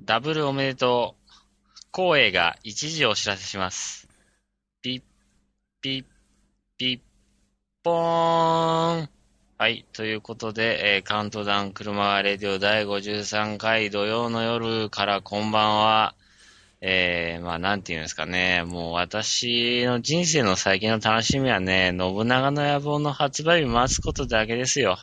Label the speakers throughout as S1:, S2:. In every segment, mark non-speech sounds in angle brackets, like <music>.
S1: ダブルおめでとう。光栄が一時お知らせします。ピッ、ピッ、ピッ、ポーン。はい。ということで、えーカウントダウン車がレディオ第53回土曜の夜からこんばんは。えー、まあ、なんて言うんですかね。もう私の人生の最近の楽しみはね、信長の野望の発売日待つことだけですよ。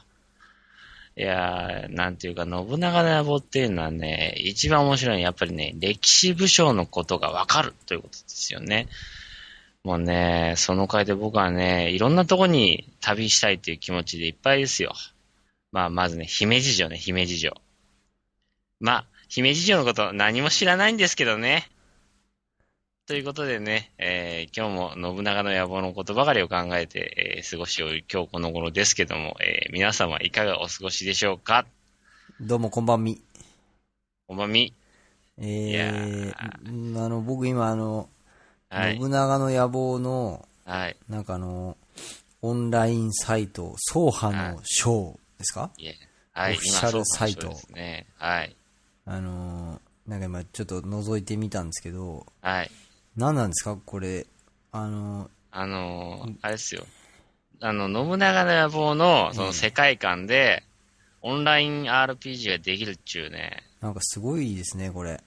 S1: いやー、なんていうか、信長の野望っていうのはね、一番面白いのはやっぱりね、歴史武将のことがわかるということですよね。もうね、その回で僕はね、いろんなとこに旅したいという気持ちでいっぱいですよ。まあ、まずね、姫路城ね、姫路城。まあ、姫路城のこと何も知らないんですけどね。ということでね、えー今日も信長の野望のことばかりを考えて、えー過ごしを今日この頃ですけども、えー皆様いかがお過ごしでしょうか
S2: どうもこんばんみ。
S1: おまみ。いや
S2: えー、んあの、僕今あの、
S1: はい。
S2: 信長の野望の、
S1: はい。
S2: なんかあの、オンラインサイト、総派のショーですか
S1: いえはい。
S2: オフィシャルサイト
S1: 今そうですね。はい。
S2: あのー、なんか今ちょっと覗いてみたんですけど、
S1: はい。
S2: 何なんですかこれ、あの
S1: あのーあれですよ。あの、信長の野望の、その世界観で、オンライン RPG ができるっちゅうね、
S2: ー、なんかすごいですね、これ。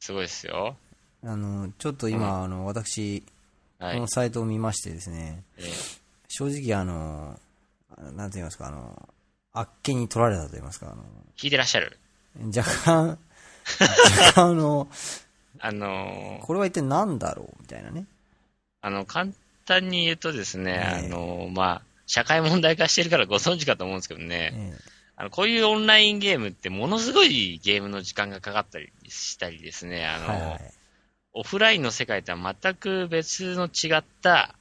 S1: すごいですよ。
S2: あのー、ちょっと今、あの、私、
S1: はい。
S2: このサイトを見ましてですね、
S1: えー
S2: 正直あのー、なんて言いますか、あのー、あっけに取られたと言いますか、あのー、
S1: 聞いてらっしゃる
S2: 若干、若干あの、
S1: あのー
S2: これは一体何だろうみたいなね。
S1: あの、簡単に言うとですね、
S2: ええ
S1: あの、まあ、社会問題化してるから <laughs> ご存知かと思うんですけどね、
S2: ええ
S1: あのこういうオンラインゲームってものすごいゲームの時間がかかったりしたりですね、あの、
S2: はいはい。
S1: オフラインの世界とは全く別の違った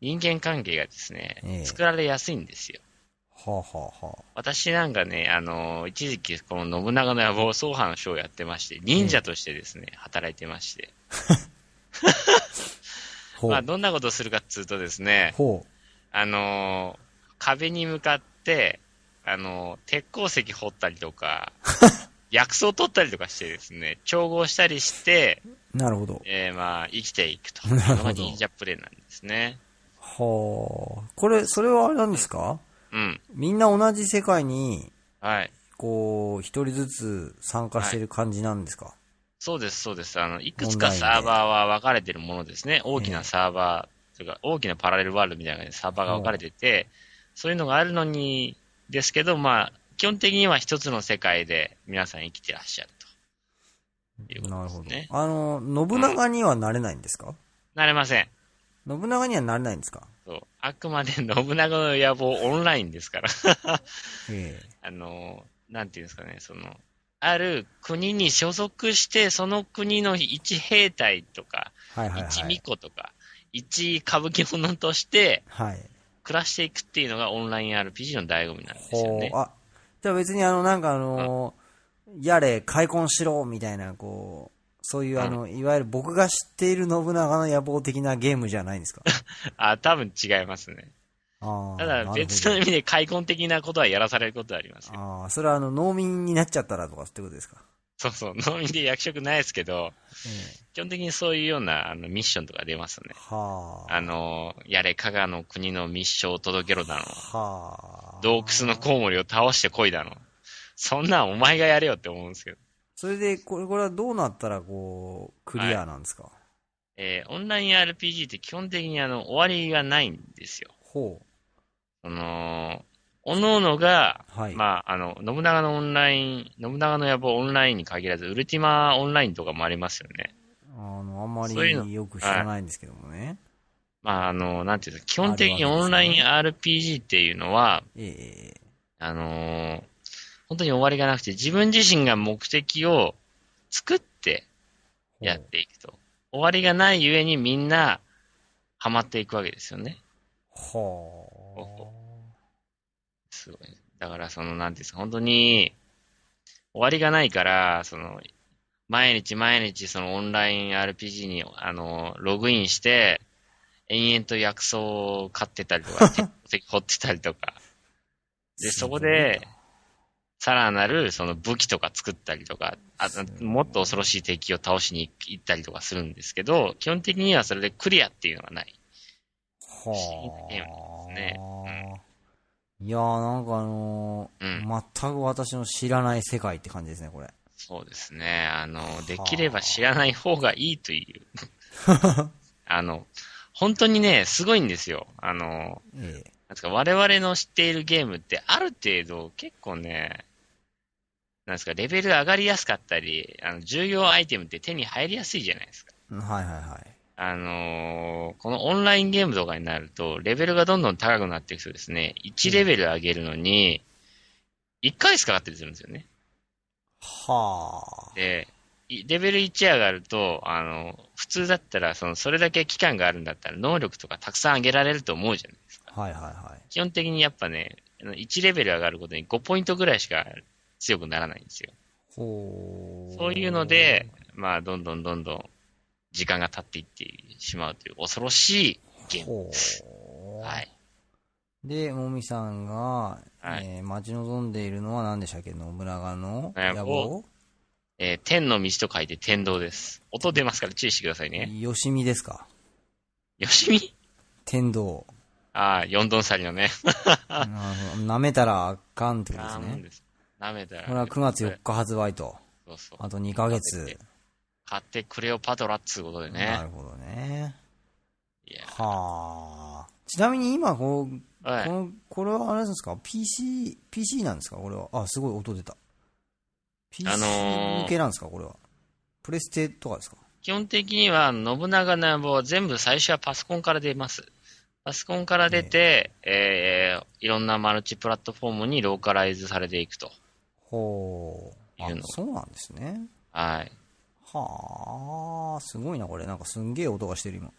S1: 人間関係がですね、
S2: ええ
S1: 作られやすいんですよ。
S2: はあ、はあはあ、
S1: 私なんかね、あの、一時期この信長の野望、総藩のショーをやってまして、忍者としてですね、働いてまして、
S2: ほう。
S1: まあ、どんなことをするかっつうとですね、
S2: ほ
S1: あのー壁に向かって、あのー鉄鉱石掘ったりと
S2: <laughs>
S1: か、薬草取ったりとかしてですね、調合したりして、
S2: う。なるほど。
S1: えーまあ、生きていくと。
S2: なるほど
S1: のが忍者プレイなんですね。
S2: はあ。これ、それはあれなんですか
S1: うん。
S2: みんな同じ世界に、
S1: はい。
S2: こう、一人ずつ参加してる感じなんですか、
S1: そうです、そうです。あの、いくつ
S2: オ
S1: か
S2: ンラインで
S1: サーバーは分かれてるものですね。大きなサーバー、というか、大きなパラレルワールドみたいな感じでサーバーが分かれてて、そういうのがあるのに、ですけど、まあ、基本的には一つの世界で皆さん生きてらっしゃると。いうこ
S2: な
S1: と
S2: る
S1: です
S2: ほど
S1: ね。。
S2: あの、信長にはなれないんですか、
S1: なれません。
S2: 信長にはなれないんですか
S1: そう。あくまで信長の野望オンラインですから。 <laughs>
S2: ええ
S1: あの、なんていうんですかね、その、ある国に所属して、その国の一兵隊とか、
S2: はいはい
S1: 一
S2: は
S1: 巫
S2: い。
S1: 女とか、一歌舞伎者として
S2: はい。
S1: 暮らしていくっていうのがオンライン RPG の醍醐味なんですよ
S2: ほ
S1: ね
S2: う。。あ、じゃあ別にあの、なんかあのーやれ、開墾しろ、みたいな、こう、そういうあの、いわゆる僕が知っている信長の野望的なゲームじゃないんで
S1: <laughs>
S2: すか。
S1: あ、多分違いますね。
S2: ああ。
S1: ただ別の
S2: な
S1: 意
S2: る
S1: 味で開墾的なことはやらされることはあります
S2: ほ
S1: よ。
S2: どああ、それはあの、農民になっちゃったらとかってことですか。
S1: そうそう、農民で役職ないですけど、
S2: ええ
S1: 基本的にそういうようなあのミッションとか出ますね。
S2: はあ。
S1: あの、やれ、加賀の国の密書を届けろだの。
S2: はあ。
S1: 洞窟のコウモリを倒してこいだの。そんなんお前がやれよって思うんですけど。
S2: それで、これ、これはどうなったら、こう、クリアなんですか、
S1: えーオンライン RPG って基本的にあの、終わりがないんですよ。
S2: ほ
S1: その、おのおのが、
S2: う。はい。
S1: まあ、あの、信長のオンライン、信長の野望オンラインに限らず、ウルティマオンラインとかもありますよね。
S2: あの、あんま
S1: そういうの
S2: りよく知らないんですけどもね。
S1: まあ、あの、なんていうの、基本的に
S2: あるわ
S1: オ
S2: けですね
S1: ンライン RPG っていうのは、
S2: ええええ
S1: あのー本当に終わりがなくて、自分自身が目的を作って
S2: ほう
S1: やっていくと。終わりがないゆえにみんな、ハマっていくわけですよね。
S2: は
S1: すごい。だから、その、なんていうんですか、本当に、終わりがないから、その、毎日毎日、そのオンライン RPG に、あの、ログインして、延々と薬草を飼ってたりとか、鉄石掘ってたりとか。
S2: あ。
S1: で、そこで、さらなるその武器とか作ったりとか、あもっと恐ろしい敵を倒しに行ったりとかするんですけど、基本的にはそれでクリアっていうのがない。議
S2: は
S1: なゲームなんです
S2: いやーなんかあのー
S1: う
S2: 全く私の知らない世界って感じですね、これ。
S1: そうですね。あの、できれば知らない方がいいという。あの、本当にね、すごいんですよ。あの、
S2: ええ。
S1: なんですか、我々の知っているゲームって、ある程度、結構ね、なんですか、レベル上がりやすかったり、あの、重要アイテムって手に入りやすいじゃないですか。
S2: うんはいはいはい。
S1: あのーこのオンラインゲームとかになると、レベルがどんどん高くなっていくとですね、1レベル上げるのに、1回しかかったりするんですよね。
S2: はあ。
S1: で、いレベル1上がると、あの、普通だったら、その、それだけ期間があるんだったら、能力とかたくさん上げられると思うじゃないですか。
S2: はいはいはい。
S1: 基本的にやっぱね、あの1レベル上がることに5ポイントぐらいしか強くならないんですよ。
S2: ほう。
S1: そういうので、、まあ、どんどんどんどん時間が経っていってしまうという恐ろしいゲーム。
S2: ほう。
S1: はい。
S2: で、もみさんが、
S1: はい
S2: えー待ち望んでいるのは何でしたっけ野村がの
S1: えー
S2: 野望
S1: えー天の道と書いて天道です。音出ますから注意してくださいね。
S2: よしみですか
S1: よしみ
S2: 天道。
S1: ああ、四ドンサリのね。
S2: なるほど舐めたらあかんってことで
S1: あ
S2: す
S1: あ、もん
S2: ね。
S1: です。舐めたら。
S2: これは9月4日発売と、
S1: そうそう。
S2: あと2ヶ月。
S1: 買ってクレオパトラっつうことで
S2: な
S1: ね。
S2: るほどね。
S1: いや、
S2: はあ。ちなみに今こう、
S1: は
S2: こ
S1: い。
S2: の、これはあれですか ?PC、PC なんですかこれは。あ、すごい音出た。PC
S1: あのー
S2: 向けなんですかこれは。プレステとかですか
S1: 基本的には、信長の野望は全部最初はパソコンから出ます。パソコンから出て、えーいろんなマルチプラットフォームにローカライズされていくと。
S2: ほう。あ
S1: いうの、
S2: そうなんですね。
S1: はい。
S2: はあ、すごいな、これ。なんかすんげえ音がしてる今。ち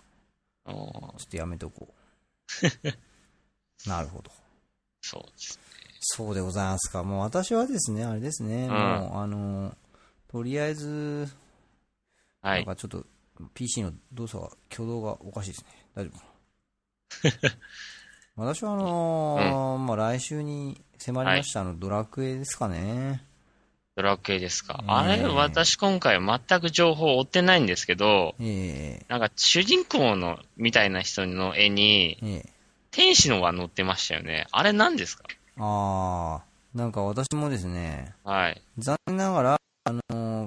S2: ょ
S1: おー
S2: っとやめとこ
S1: <laughs>
S2: う。なるほど。
S1: そうです。
S2: そうでございますか。もう私はですね、あれですね、
S1: ん
S2: もう、あの、とりあえず、
S1: は
S2: なん
S1: い。
S2: かちょっと、PC の動作が、挙動がおかしいですね。大丈夫か
S1: <laughs>
S2: な私はあのーまあ来週に迫りました、あの、ドラクエですかね。
S1: ドラクエですか。
S2: うん
S1: あれ、私今回全く情報を追ってないんですけど、
S2: え
S1: なんか主人公のみたいな人の絵に
S2: え、ええ
S1: 天使の輪載ってましたよね。あれ何ですか
S2: あー、なんか私もですね、
S1: はい。
S2: 残念ながら、あの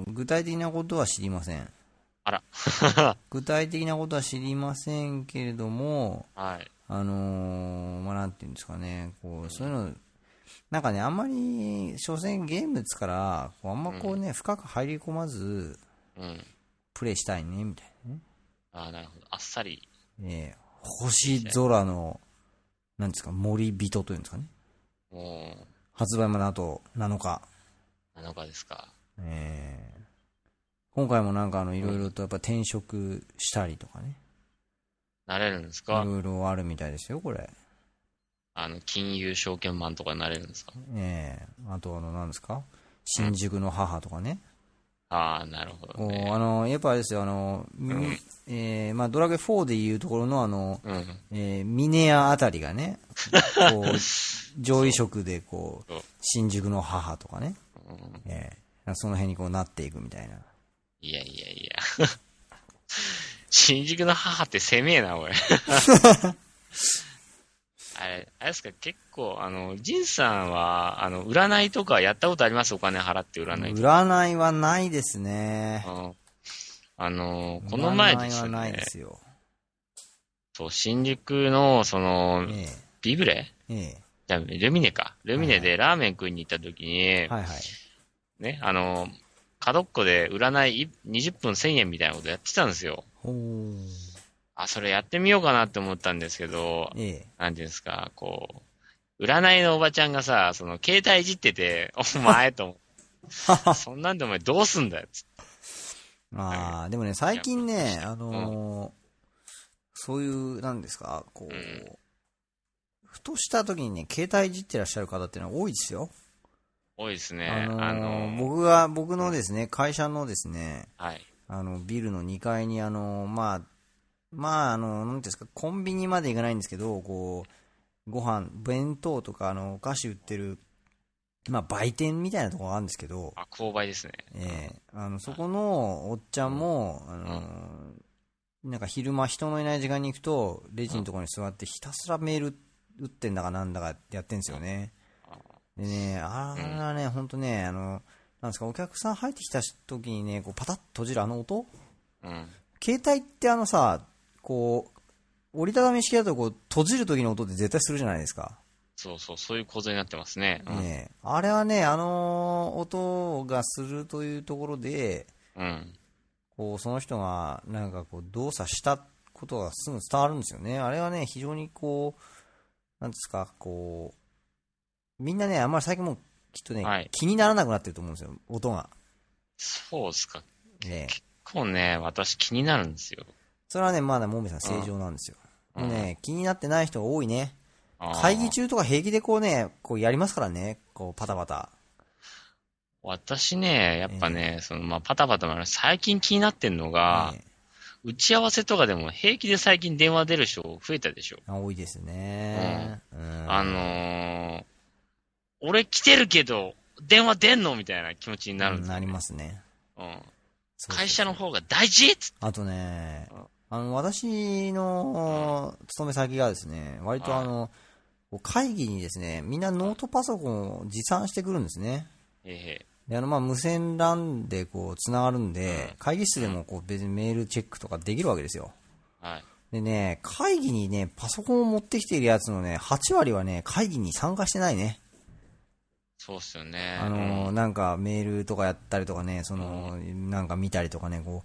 S2: ー具体的なことは知りません。
S1: あら。
S2: <laughs> 具体的なことは知りませんけれども、
S1: はい。
S2: あのーまあ、なんていうんですかね、こう、そういうの、なんかね、あんまり、所詮ゲームですから、こうあんまこうね、深く入り込まず、
S1: うん。
S2: プレイしたいね、みたいなね。
S1: ああ、なるほど。あっさり。
S2: ええ星空の、なんですか、森人というんですかね。
S1: もう、
S2: 発売まであと7日。
S1: 7日ですか。
S2: ええ今回もなんかあの、いろいろとやっぱ転職したりとかね。
S1: なれるんです
S2: い
S1: か、
S2: ろいろあるみたいですよ、これ。
S1: あの、金融証券マンとかになれるんですか
S2: ええあとあの、なんですか新宿の母とかね。
S1: ああ、なるほ
S2: こ
S1: ど
S2: う
S1: ね。
S2: あのやっぱあれですよ、あのみえーまあ、ドラクエ4でいうところのあの、
S1: うん。
S2: えーミネアあたりがね、こ
S1: <laughs>
S2: う上位色でこう
S1: そう
S2: 新宿の母とかね、えーその辺にこうなっていくみたいな、
S1: いやいやいや。 <laughs> 新宿の母ってせめえな、
S2: <laughs>
S1: おい。あれ、あれですか、結構、あの、ジンさんは、あの、占いとかやったことありますお金払って占いとか。
S2: 占いはないですね、
S1: うんあの、この前で
S2: 占い
S1: す
S2: はない
S1: ね
S2: で、すよ、
S1: そう、新宿の、その
S2: え、え
S1: ビブレ
S2: ええ
S1: じゃあルミネか。ルミネでラーメン食いに行った時に、
S2: はいはい、
S1: ね、あの、角っこで占い20分1000円みたいなことやってたんですよ。
S2: ほう
S1: あ、それやってみようかなって思ったんですけど、
S2: ええ
S1: なんていうんですか、こう、占いのおばちゃんがさ、その、携帯いじってて、 <laughs> お前と、
S2: <laughs>
S1: そんなんでお前どうすんだよ、つって
S2: ああ、でもね、最近ね、あのーそういう、なんですか、こう、
S1: うん
S2: ふとした時にね、携帯いじってらっしゃる方っていうのは多いですよ。
S1: 多いです
S2: あ
S1: ね。
S2: のー
S1: あの、
S2: 僕が、僕のですね、会社のですね、
S1: はい。
S2: あの、ビルの2階に、あのーまあ、まあ、あの、なんていうんですか、コンビニまで行かないんですけど、こう、ご飯、弁当とか、あの、お菓子売ってるまあ、売店みたいなところがあるんですけど、
S1: あ、勾配ですね。
S2: ええあの、そこのおっちゃんも、あのーなんか昼間人のいない時間に行くと、レジのところに座ってひたすらメール打ってんだかなんだかやってんですよね。でね、あれはね、ほんとね、あの、なんですか、お客さん入ってきた時にね、こうパタッと閉じるあの音
S1: うん。
S2: 携帯ってあのさ、こう、折りたたみ式だとこう閉じる時の音って絶対するじゃないですか。
S1: そうそう、そういう構造になってますね。うん。
S2: ねえあれはね、あの音がするというところで、
S1: うん。
S2: こうその人がなんかこう動作したことがすぐ伝わるんですよね。あれはね、非常にこう、なんですか、こう、みんなね、あんまり最近もうきっとね、
S1: はい
S2: 気にならなくなってると思うんですよ、音が。
S1: そうですか。
S2: ねえ
S1: 結構ね、私気になるんですよ。
S2: それはね、まだもみさん正常なんですよ。もうね、気になってない人が多いね。
S1: あー
S2: 会議中とか平気でこうね、こうやりますからね、こうパタパタ。
S1: 私ね、やっぱね、その、まあ、パタパタもある最近気になってんのが、
S2: ね
S1: 打ち合わせとかでも平気で最近電話出る人増えたでしょ。
S2: あ多いですね。うん
S1: あのー、俺来てるけど、電話出んのみたいな気持ちになるんですよ
S2: なりますね。
S1: うん。
S2: そうそう
S1: 会社の方が大事っつって
S2: あとね
S1: うん、
S2: あの、私の勤め先がですね、割とあの、会議にですね、みんなノートパソコンを持参してくるんですね。
S1: え
S2: で、あの、まあ、無線 LAN でこう、つながるんで、
S1: うん
S2: 会議室でもこう、別にメールチェックとかできるわけですよ。
S1: えはい。
S2: でね、会議にね、パソコンを持ってきているやつのね、8割はね、会議に参加してないね。
S1: そうっすよね。
S2: あのーなんかメールとかやったりとかね、その、なんか見たりとかね、こ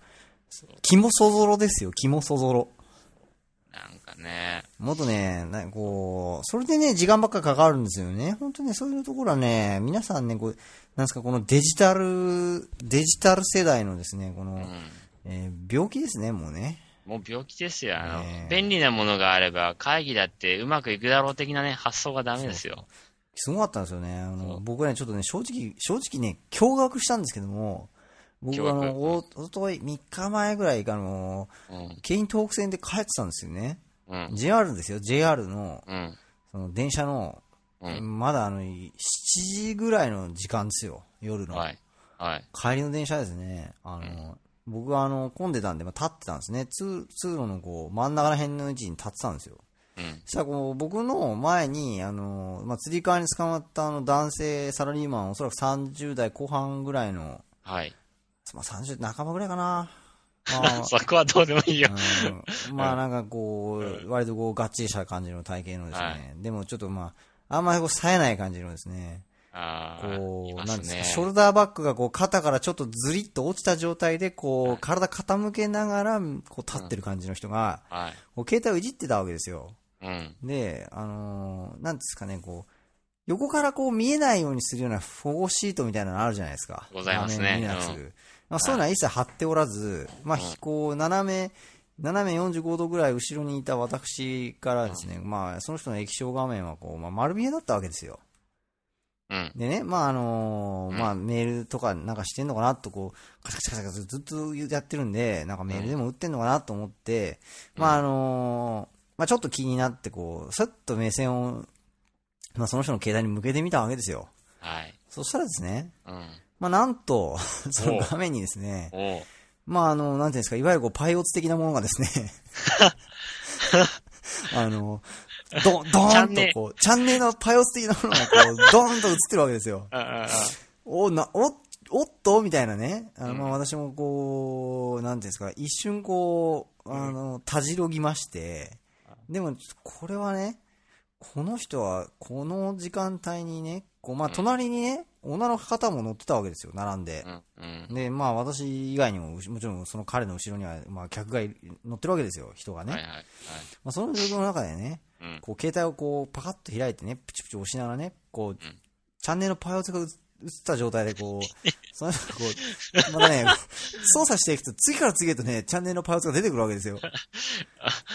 S2: う、肝そぞろですよ、肝そぞろ。
S1: なんかね、
S2: もっとね、なんかこう、それでね、時間ばっかかかるんですよね。本当ね、そういうところはね、皆さんね、こう、なんですか、このデジタル、デジタル世代のですね、この、えー病気ですね、もうね。
S1: もう病気ですよ。あの、
S2: ねえ
S1: 便利なものがあれば、会議だってうまくいくだろう的なね、発想がダメですよ。
S2: すごかったんですよね。あ
S1: そ
S2: の
S1: う
S2: 僕ね、ちょっとね、正直、正直ね、驚愕したんですけども、僕
S1: 驚愕
S2: あの、お、おととい、3日前ぐらい、あの、
S1: うん。
S2: 京浜東北線で帰ってたんですよね。
S1: うん。
S2: JR ですよ、JR の、
S1: うん。
S2: その電車の、
S1: う
S2: まだあの、7時ぐらいの時間ですよ、夜の。
S1: はい。はい。
S2: 帰りの電車ですね、あの、僕はあの、混んでたんで、まあ、立ってたんですね。通、通路のこう、真ん中ら辺の位置に立ってたんですよ。
S1: うん。
S2: そしたらこう、僕の前に、あの、まあ、釣り革に捕まったあの男性、サラリーマン、おそらく30代後半ぐらいの、
S1: はい。
S2: まあ、30代半ばぐらいかな。ま <laughs>
S1: <laughs>
S2: あ
S1: そこはどうでもいいよ。
S2: うんまあなんかこう、割とこう、がっちりした感じの体型のですね、
S1: は
S2: でもちょっとまあ、あんまりこう、冴えない感じのですね、
S1: ああ、い
S2: こう、
S1: ま
S2: な
S1: す
S2: んですか、
S1: ね。
S2: ショルダーバッグがこう、肩からちょっとずりっと落ちた状態で、こう、体傾けながら、こう、立ってる感じの人が、
S1: はい。
S2: こう、携帯をいじってたわけですよ。
S1: うん。
S2: で、あのーなんですかね、こう、横からこう見えないようにするような保護シートみたいなのあるじゃないですか。
S1: ございますね
S2: 画面見えなくするまあ、そういうのは一切貼っておらず、まあ、ひこう、斜め、斜め45度ぐらい後ろにいた私からですね、まあ、その人の液晶画面はこう、まあ、丸見えだったわけですよ。
S1: うん。
S2: でね、まああのー
S1: うん
S2: まあメールとかなんかしてんのかなとこう、カチャカチャカチャずっとやってるんで、なんかメールでも打ってんのかなと思って、まああのーまあちょっと気になってこう、さっと目線を、まあその人の携帯に向けてみたわけですよ。
S1: はい。
S2: そしたらですね、
S1: うん。
S2: まあなんと、その画面にですね、
S1: おう
S2: まああの、なんていうんですか、いわゆるこうパイオツ的なものがです <laughs> ね、あの、ど、どーんとこう、チャンネルのパイオツ的なものがこう、ドーンと映ってるわけですよ。
S1: ああ、あ
S2: お、な、お、おっとみたいなね。あの、ま
S1: う
S2: あ
S1: ん
S2: 私もこう、なんていうんですか、一瞬こう、あの、たじろぎまして、でも、これはね、この人は、この時間帯にね、こう、まあ、
S1: うん
S2: 隣にね、女の方も乗ってたわけですよ、並んで。
S1: あうん。
S2: で、まあ、私以外にも、うしもちろん、その彼の後ろには、まあ、客がいる乗ってるわけですよ、人が
S1: うん。
S2: ね。
S1: はいはい。はい。
S2: まあ、その状況の中でね、
S1: うん。
S2: こう、携帯をこう、パカッと開いてね、プチプチ押しながらね、こう、チャンネルのパイオツが映った状態でこ <laughs> う、その人がこう、またね、操作していくと、次から次へとね、チャンネルのパイオツが出てくるわけ <laughs> ですよ。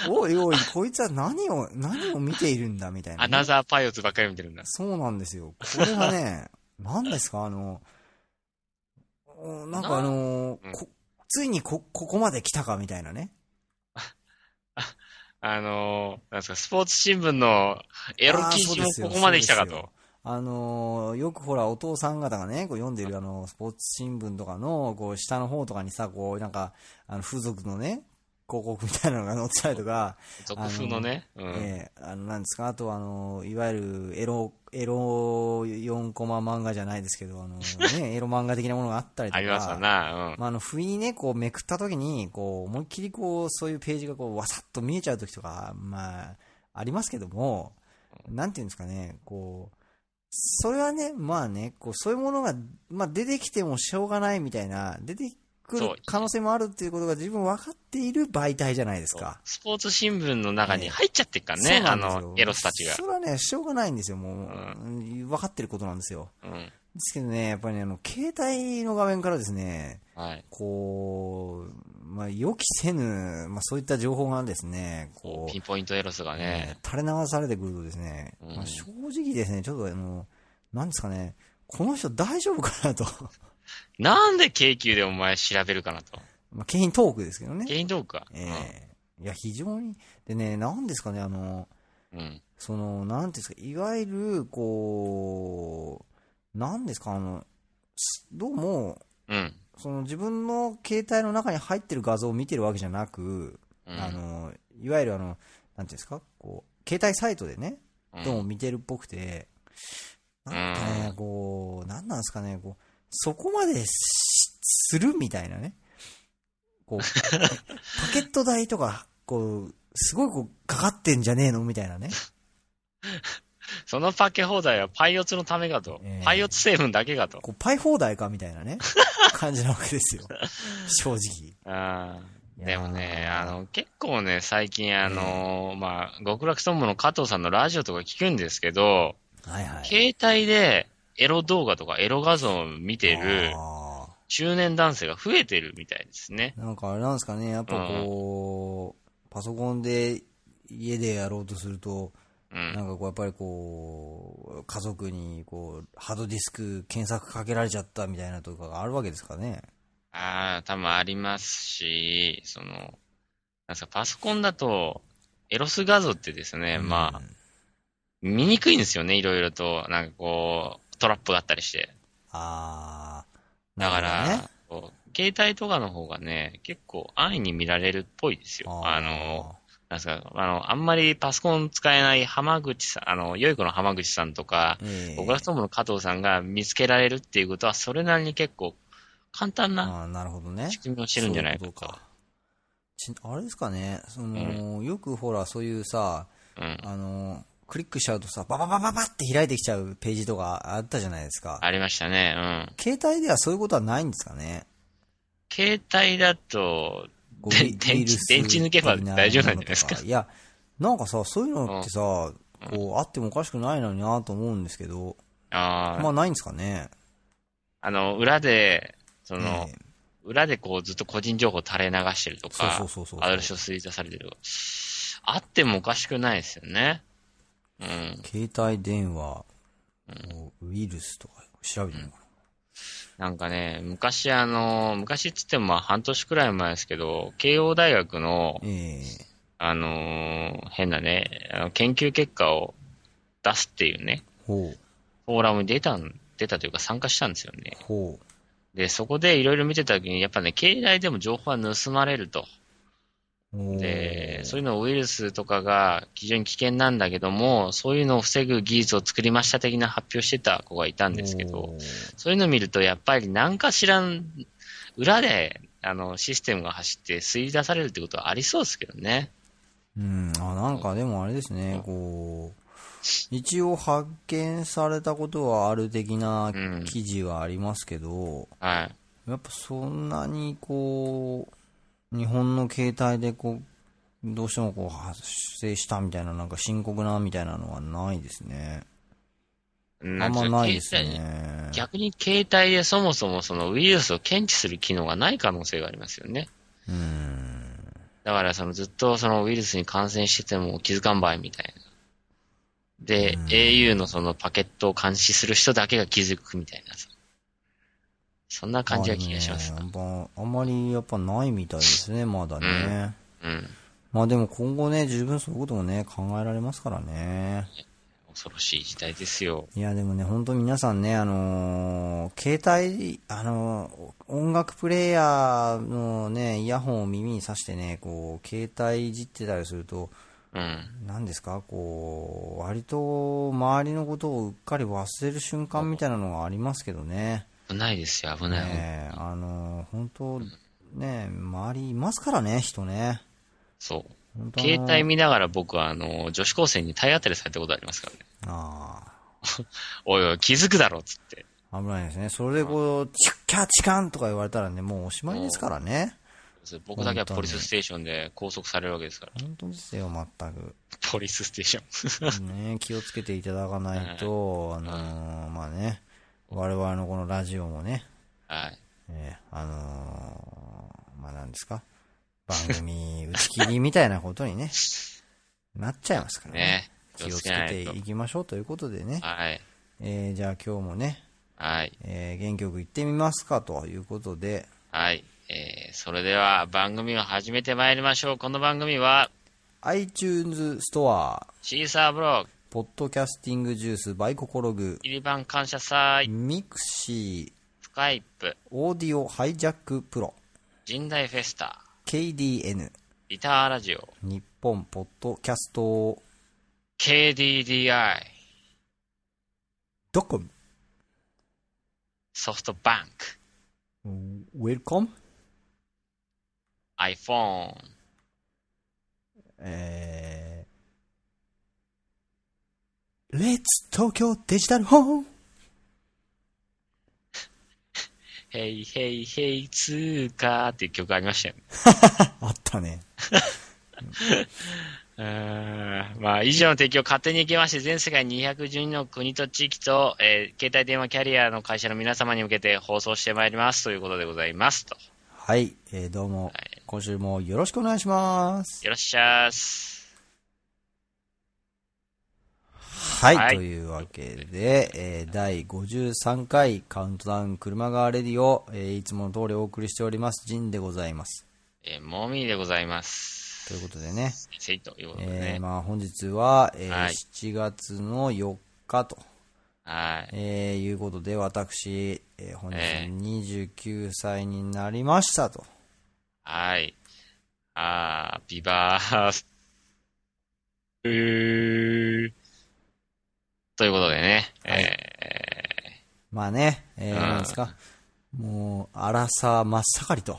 S2: おいおい、こいつは何を、何を見ているんだ、みたいな
S1: ア
S2: ね、
S1: ナザーパイオツばっかり見てるんだ。
S2: そうなんですよ。これが <laughs> ね、何ですか、あの、おなんかあの
S1: な
S2: こついにこ、ここまで来たか、みたいなね。
S1: あのー、なんですか、スポーツ新聞のエロ記事もここまで来たか
S2: あーそうです
S1: と
S2: よ。あのーよくほら、お父さん方がね、こう読んでるあの、スポーツ新聞とかの、こう、下の方とかにさ、こう、なんか、あの、風俗のね、広告みたいなのが載ってたりとか、
S1: 俗風のね。うん。
S2: ええあの、なんですか、あとはあの、いわゆるエロ、エロ4コマ漫画じゃないですけど、あの、
S1: <laughs>
S2: ね、エロ漫画的なものがあったりとか。
S1: ありますわな。うん。
S2: まあ、あの、不意にね、こう、めくった時に、こう、思いっきりこう、そういうページがこう、わさっと見えちゃう時とか、まあ、ありますけども、なんていうんですかね、こう、それはね、まあね、こう、そういうものが、まあ、出てきてもしょうがないみたいな、出てくる
S1: そう
S2: 可能性もあるっていうことが自分分かっている媒体じゃないですか。
S1: スポーツ新聞の中に入っちゃってっから
S2: そう
S1: ね、
S2: な
S1: あ
S2: んですよ
S1: の、エロスたちが
S2: そ。れはね、しょうがないんですよ、もう。分かってることなんですよ。
S1: うん。
S2: ですけどね、やっぱりね、あの、携帯の画面からですね、
S1: はい。
S2: こう、まあ、予期せぬ、まあ、そういった情報がですね、
S1: こ
S2: こ
S1: う、ピ
S2: う、
S1: ンポイントエロスがね。
S2: 垂れ流されてくるとですね、
S1: うん
S2: まあ、正直ですね、ちょっとあの、なんですかね、この人大丈夫かなと。 <laughs>
S1: なんで京急でお前調べるかなと。
S2: まあ、景品トークですけどね。
S1: 原因どうか。
S2: ええいや、非常に、でね、なんですかね、あの、
S1: うん。うん。
S2: その、なんていうんですか、いわゆる、こう、なんですか、あの、すどうも、
S1: うん。
S2: その自分の携帯の中に入ってる画像を見てるわけじゃなく、
S1: うん
S2: あのいわゆるあの、なんていうんですか、こう、携帯サイトでね、
S1: うん
S2: どうも見てるっぽくて、なんかね、こう、なんなんですかね、こう、そこまでしするみたいなね、
S1: <laughs>
S2: こう、パケット代とか、こう、すごいこう、かかってんじゃねえのみたいなね。
S1: そのパケ放題はパイオツのためかと
S2: え。え
S1: パイオツ成分だけかと。
S2: こう、パイ放題かみたい
S1: <laughs>
S2: なね、感じなわけですよ。正直。
S1: あー
S2: いや
S1: で
S2: ー
S1: もね、あの、結構ね、最近、あのーまあ、極楽とんぼの加藤さんのラジオとか聞くんですけど、
S2: はいはい。
S1: 携帯でエロ動画とかエロ画像を見てる
S2: あー
S1: 中年男性が増えてるみたいですね。
S2: なんかあれなんですかね、やっぱこう、パソコンで家でやろうとすると、
S1: う。
S2: なんんかこうやっぱりこう、家族にこう、ハードディスク検索かけられちゃったみたいなとかがあるわけですかね。
S1: ああ、多分ありますし、その、なんですか、パソコンだと、エロス画像ってですね、まあ、見にくいんですよね、いろいろと。なんかこう、トラップがあったりして。
S2: あー、
S1: だか
S2: なる
S1: ら、こう携帯とかの方がね、結構安易に見られるっぽいですよ。
S2: ほどね、
S1: あの、、なんですか、あの、あんまりパソコン使えない浜口さん、あの、良い子の浜口さんとか、
S2: ええ
S1: 僕らともの加藤さんが見つけられるっていうことは、それなりに結構簡単な
S2: あーなるほどね。
S1: 仕組みをしてるんじゃないかと。
S2: そういうことかちあれですかね、その、よくほら、そういうさ、
S1: うん。
S2: あの、クリックしちゃうとさ、バババババって開いてきちゃうページとかあったじゃないですか。
S1: ありましたね。うん。
S2: 携帯ではそういうことはないんですかね
S1: 携帯だと、
S2: こう
S1: で
S2: ウイ
S1: <laughs> 電池
S2: ウイルス
S1: 電池抜けば大丈夫なんじゃないですか
S2: いや、なんかさ、そういうのってさ、こう、あってもおかしくないのになと思うんですけど、
S1: ああ、
S2: まあないんですかね。
S1: あの、裏で、その
S2: え、え
S1: 裏でこうずっと個人情報垂れ流してるとか、
S2: そうそうそうそう
S1: アドレスを推定されてるとか、あってもおかしくないですよね。うん。
S2: 携帯電話、こうウイルスとか調べてみようか
S1: なんかね、昔あの、昔っつってもまあ半年くらい前ですけど、慶応大学の、
S2: な。ええ
S1: あのー変なね、あの研究結果を出すっていうね、
S2: ほう、
S1: フォーラムに出たん、出たというか参加したんですよね。
S2: ほう。
S1: で、そこでいろいろ見てた時に、やっぱね、携帯でも情報は盗まれると。
S2: おー
S1: で、そういうのをウイルスとかが非常に危険なんだけども、そういうのを防ぐ技術を作りました的な発表してた子がいたんですけど
S2: お、ー
S1: そういうのを見ると、やっぱり何かしらん、裏で、あの、システムが走って吸い出されるってことはありそうですけどね。
S2: うん、あ、なんかでもあれですね、こう、一応発見されたことはある的な
S1: うん
S2: 記事はありますけど、
S1: はい。
S2: やっぱそんなにこう、日本の携帯でこう、どうしてもこう発生したみたいな、なんか深刻なみたいなのはないですね。あ
S1: なんて
S2: ま
S1: う
S2: ないです
S1: 携帯
S2: ね。
S1: 逆に携帯でそもそもそのウイルスを検知する機能がない可能性がありますよね。
S2: うん。
S1: だからそのずっとそのウイルスに感染してても気づかんばいみたいな。で、au のそのパケットを監視する人だけが気づくみたいなさ。そんな感じが気がします
S2: あ
S1: な。
S2: のねあんまあんまりやっぱないみたいですね、まだね。
S1: うん。
S2: まあでも今後ね、十分そういうこともね、考えられますからね。
S1: 本恐ろしい時代ですよ。
S2: いや、でもね、本当皆さんね、あのー携帯、あのー音楽プレイヤーのね、イヤホンを耳に挿してね、こう、携帯いじってたりすると、
S1: うん。
S2: なんですか、こう、割と周りのことをうっかり忘れる瞬間みたいなのがありますけどね。
S1: 危ないですよ、危ない。
S2: ねえあのー本当、ね、周りいますからね、人ね。
S1: そう。
S2: 本当あの
S1: 携帯見ながら僕は、あの、女子高生に体当たりされたことありますからね。
S2: あ
S1: おいおい、気づくだろ、つって。
S2: あ、危ないですね。それでこう、チッキャチカンとか言われたらね、もうおしまいですからね。
S1: それ僕だけはポリスステーションで拘束されるわけですから。
S2: 本当ですよ、全く。
S1: ポリスステーション。
S2: ね、気をつけていただかないと、あのーまあね、我々のこのラジオもね、
S1: はい。
S2: えーあのーまあなんですか、番組打ち切りみたいなことにね、なっちゃいますからね。
S1: ね。
S2: 気をつけていきましょうということでね、
S1: はい。
S2: えーじゃあ今日もね、
S1: はい。
S2: えー原曲いってみますかということで、
S1: はい。えー、それでは番組を始めてまいりましょう。この番組は、
S2: iTunes ストア、
S1: シーサーブログ、
S2: ポッドキャスティングジュース、バイココログ、
S1: キリバン感謝祭、
S2: ミクシ
S1: スカイプ、
S2: ー、オーディオハイジャックプロ、
S1: 神代フェスタ、
S2: KDN、
S1: ギターラジオ、
S2: 日本ポッドキャスト
S1: KDDI、
S2: ドコム、
S1: ソフトバンク、
S2: ウェルコム、
S1: iPhone、
S2: えー、レッツ東京デジタルホーム
S1: ヘイヘイヘイツーカーっていう曲ありましたよね。
S2: あったね。
S1: うーんまあ、以上の提供を勝手に行きまして、全世界212の国と地域と、えー携帯電話キャリアの会社の皆様に向けて放送してまいりますということでございますと。
S2: はい、えー、どうも、
S1: い
S2: 今週もよろしくお願いします。
S1: よろしゃーす。
S2: はい、
S1: はい
S2: というわけで、えー、第53回カウントダウン車側レディオ、えーいつもの通りお送りしております、ジンでございます。
S1: えー、モミーでございます。
S2: ということでね、
S1: せいということで
S2: えー
S1: ね。
S2: まあ本日は、えー
S1: はい
S2: 7月の4日と、
S1: はい。
S2: えーいうことで私、えー本
S1: え
S2: 日29歳になりましたと。
S1: はい。あー、ビバース。うー。ということでね。え
S2: まあね、えー
S1: うん
S2: なんですか、もう、荒さ真っ盛りと。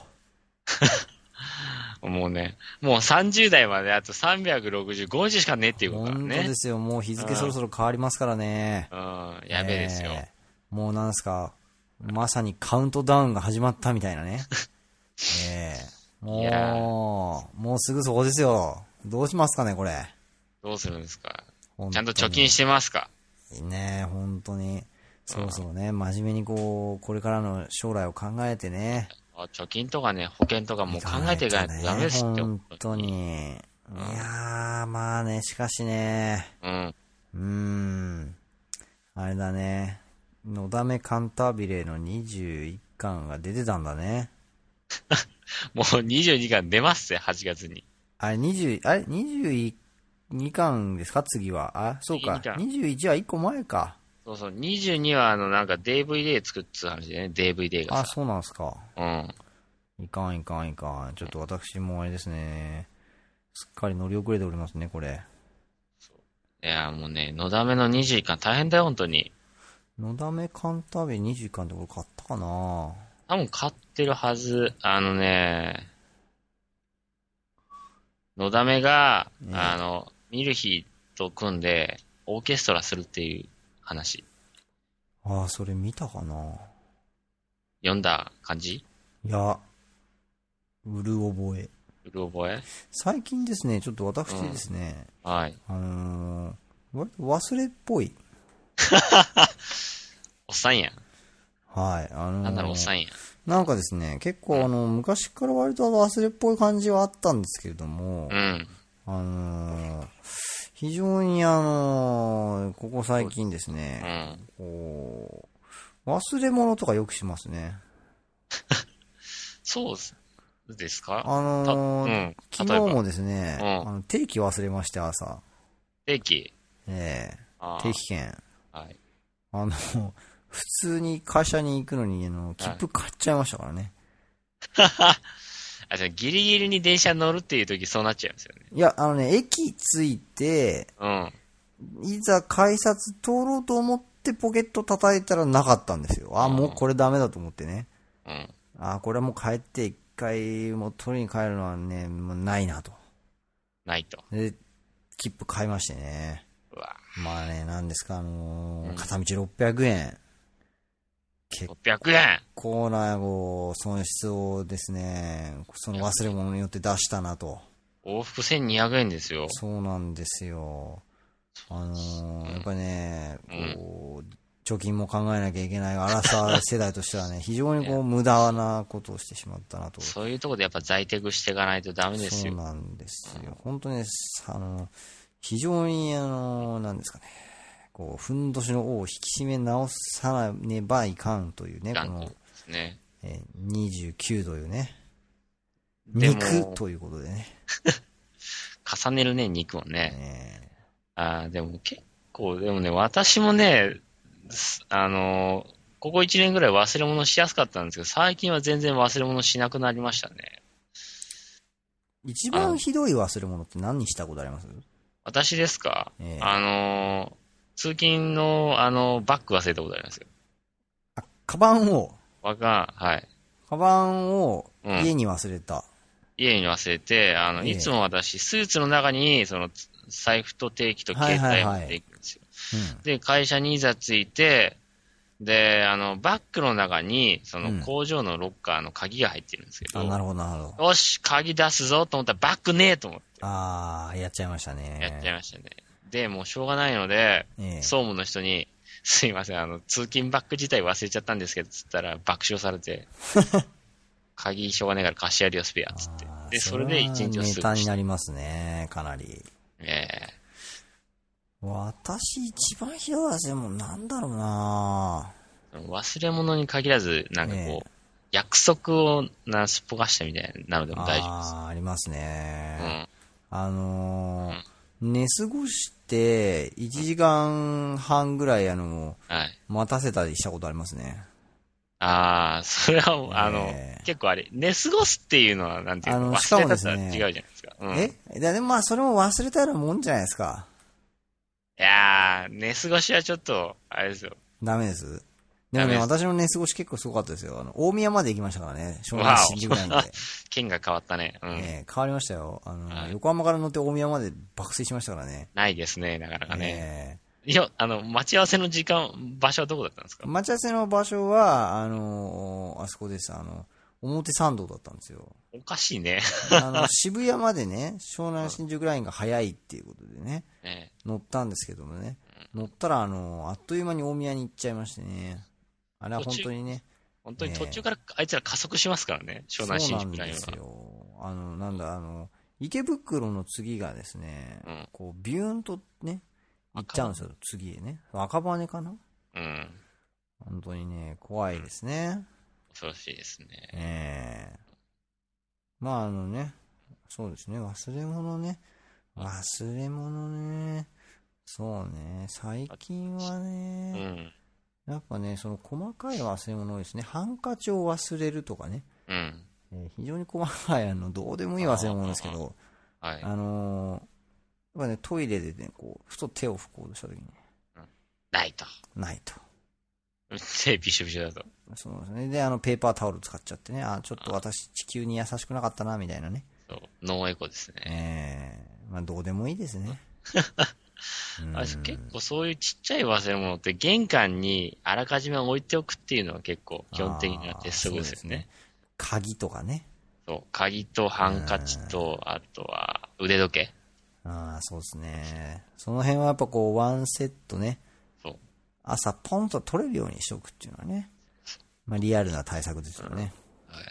S1: ー、もうね、もう30代まであと365日しかねえっていうことだから
S2: 本当
S1: ね。
S2: ですよ、もう日付そろそろ変わりますからね。
S1: うん、やべえですよ。
S2: えーもうなんですか、まさにカウントダウンが始まったみたい
S1: <laughs>
S2: なね。えー
S1: いや
S2: もう、もうすぐそこですよ。どうしますかね、これ。
S1: どうするんですか
S2: 本
S1: ち
S2: 当
S1: ゃん
S2: に
S1: と貯金してますか
S2: ねえ、本当に。そろそろね、真面目にこう、これからの将来を考えてね。
S1: あ貯金とかね、保険とかもう考えていかないとダメですって。
S2: 本当。に。いやー、まあね、しかしね、
S1: うん。
S2: うーん、あれだね、のだめカンタービレの21巻が出てたんだね。
S1: もう22時間出ますって、8月に。
S2: あれ、20、あれ、22巻ですか、次は。あ、そうか。21は1個前か。
S1: そうそう、22はあの、なんか DVD 作っつう話でね、DVD が
S2: あ、
S1: さ。
S2: そうなんすか。
S1: うん。
S2: いかんいかんいかん。ちょっと私もあれですね。すっかり乗り遅れておりますね、これ。
S1: いや、もうね、のだめの20時間大変だよ、本当に。
S2: のだめカンタービレ2時間ってこれ買ったかな
S1: 多分買ってるはず。あのね、のだめが、あの、ミルヒと組んで、オーケストラするっていう話。
S2: ああ、それ見たかな
S1: 読んだ感じ
S2: いや、うる覚え。
S1: うる覚え
S2: 最近ですね、ちょっと私ですね、
S1: はい。
S2: あのー、割と忘れっぽい。
S1: おっさんやん。
S2: はい、あのー
S1: なんだろう、おっさんやん。
S2: なんかですね、結構あの、昔から割と忘れっぽい感じはあったんですけれども、
S1: うん。
S2: あのー非常にあのーここ最近ですね、
S1: うん。
S2: こう、忘れ物とかよくしますね。
S1: そうですですか
S2: あ
S1: たう
S2: のー
S1: ん。
S2: 昨
S1: 例え
S2: 日
S1: ば、
S2: もですね、
S1: うん
S2: あの定期忘れまして朝、
S1: 定期。
S2: ええ
S1: あ
S2: 定期券。
S1: あ。はい。
S2: あの、 <laughs> 普通に会社に行くのに、あの、切符買っちゃいましたからね。
S1: あ、じゃあギリギリに電車乗るっていう時そうなっちゃいますよね。
S2: いや、あのね、駅着いて、
S1: うん。
S2: いざ改札通ろうと思ってポケット叩いたらなかったんですよ。あ、もうこれダメだと思ってね。
S1: うん。
S2: あ、これはもう帰って一回、もう取りに帰るのはね、もうないなと。
S1: ないと。
S2: で、切符買いましてね。
S1: うわ
S2: まあね、なんですか、あのー片道600円。結
S1: 600円
S2: 構な、こう、損失をですね、その忘れ物によって出したなと。
S1: 往復1200円ですよ。
S2: そうなんですよ。あのーやっぱね、こう、貯金も考えなきゃいけないアラサー世代として
S1: <laughs>
S2: はね、非常にこう、無駄なことをしてしまったなと。
S1: そういうとこでやっぱ在宅していかないとダメです
S2: そう
S1: よ。
S2: なんですよ。本当にね、あの、非常に、あの、なんですかね、こう、ふんどしの尾を引き締め直さねばいかんというね、こ
S1: なんと
S2: の
S1: で、すね。
S2: えー29というね、
S1: でも
S2: 肉ということでね。
S1: 重ねるね、肉をね。
S2: え
S1: ああ、でも結構、でもね、私もね、すあのーここ1年ぐらい忘れ物しやすかったんですけど、最近は全然忘れ物しなくなりましたね。
S2: ー一番ひどい忘れ物って何にしたことあります
S1: 私ですか、
S2: ええ
S1: あのー通勤の、あのーバッグ忘れたことありますよ。
S2: カバンを、
S1: バカ、はい。
S2: カバンを
S1: うん
S2: 家に忘れた。
S1: 家に忘れて、あの、
S2: ええ
S1: いつも私、スーツの中に、その、つ財布と定期と携
S2: はい
S1: 帯
S2: はいは
S1: を
S2: い
S1: 持っていくんですよ。で、会社にいざ着いて、で、あの、バッグの中に、そ
S2: うん
S1: の工場のロッカーの鍵が入ってるんですけ
S2: うん。
S1: ど、
S2: あ、なるほど、なるほど。
S1: よし、鍵出すぞと思ったら、バッグねえと思って、
S2: あー、やっちゃいましたね。
S1: やっちゃいましたね。で、もうしょうがないので、
S2: ええ
S1: 総務の人に、 <laughs> すいません、あの、通勤バッグ自体忘れちゃったんですけど、つったら爆笑され
S2: <laughs>
S1: て、鍵しょうがないから貸してやるよ、スペア、つって
S2: あ。ー
S1: で、それで一日を
S2: はネ
S1: 過
S2: タ
S1: ご
S2: に
S1: して、
S2: なりますね、かなり。
S1: え
S2: 私一番ひどいですね、もうなんだろうな
S1: え忘れ物に限らず、なんかこう、
S2: え
S1: 約束をなすっぽかしたみたいなのでも大丈夫です。
S2: あーあります
S1: う
S2: ね。
S1: ん。
S2: あのー寝過ごして1時間半ぐらいあの、
S1: はい。
S2: 待たせたりしたことありますね。
S1: ああ、それは、あの
S2: ええ、
S1: 結構あれ、寝過ごすっていうのは、なんていう
S2: あ
S1: の、
S2: のし
S1: 忘
S2: か
S1: れ
S2: も
S1: た
S2: で
S1: と
S2: す
S1: は
S2: ね
S1: 違うじゃないですか。うん、
S2: えいやでもまあそれも忘れたようなもんじゃないですか。
S1: いやー、寝過ごしはちょっと、あれですよ。
S2: ダメです。でもね、
S1: ダメです
S2: 私の寝過ごし結構すごかったですよ。あの、大宮まで行きましたからね、湘
S1: わ
S2: 南
S1: お
S2: 新宿ラインで。
S1: 県が変わったね。うん。
S2: ええ変わりましたよ。あの、
S1: はい
S2: 横浜から乗って大宮まで爆睡しましたからね。
S1: ないですね、なかなかね。
S2: え
S1: いや、あの、待ち合わせの時間、場所はどこだったんです
S2: え
S1: か
S2: 待ち合わせの場所は、あの、あそこです。あの、表参道だったんですよ。
S1: おかしいね。
S2: あの、 <laughs> 渋谷までね、湘南新宿ラインが早いっていうことでね、
S1: ね
S2: 乗ったんですけどもね。乗ったら、あの、あっという間に大宮に行っちゃいましてね。あれは本当にね。
S1: 本当に途中から、あいつら加速しますからね、湘南新宿ライン
S2: そうなんです
S1: は。
S2: よ。あの、なんだ、あの、池袋の次がですね、
S1: うん
S2: こう、ビューンとね、行っちゃうんですよ、次へね。赤羽かな
S1: うん。
S2: 本当にね、怖いですね。
S1: 恐ろしいですね。
S2: ええまあ、あのね、そうですね、忘れ物ね。忘れ物ね。そうね、最近は
S1: う
S2: ね、
S1: ん。
S2: やっぱね、その細かい忘れ物多いですね。ハンカチを忘れるとかね。
S1: うん。
S2: えー非常に細かい、あの、どうでもいい忘れ物ですけど、
S1: はい。
S2: あのー、やっぱね、トイレでね、こう、ふと手を拭こうとしたときに、
S1: ないと。 <laughs>
S2: ないと。
S1: 手びしょびしょだと。
S2: そうですね。で、あの、ペーパータオル使っちゃってね、あ、ちょっと私、地球に優しくなかったな、みたいなね。
S1: そう。ノーエコですね。
S2: ええまあ、どうでもいいですね。うん
S1: あれ結構そういうちっちゃい忘れ物って玄関にあらかじめ置いておくっていうのは結構基本的な鉄則ですよね。。
S2: あーそうです鍵とかね。
S1: そう。鍵とハンカチと、あとは腕時計。
S2: ああ、そうですね。その辺はやっぱこう、ワンセットね、
S1: そう。
S2: 朝ポンと取れるようにしておくっていうのはね、まあ、リアルな対策ですよね。
S1: はい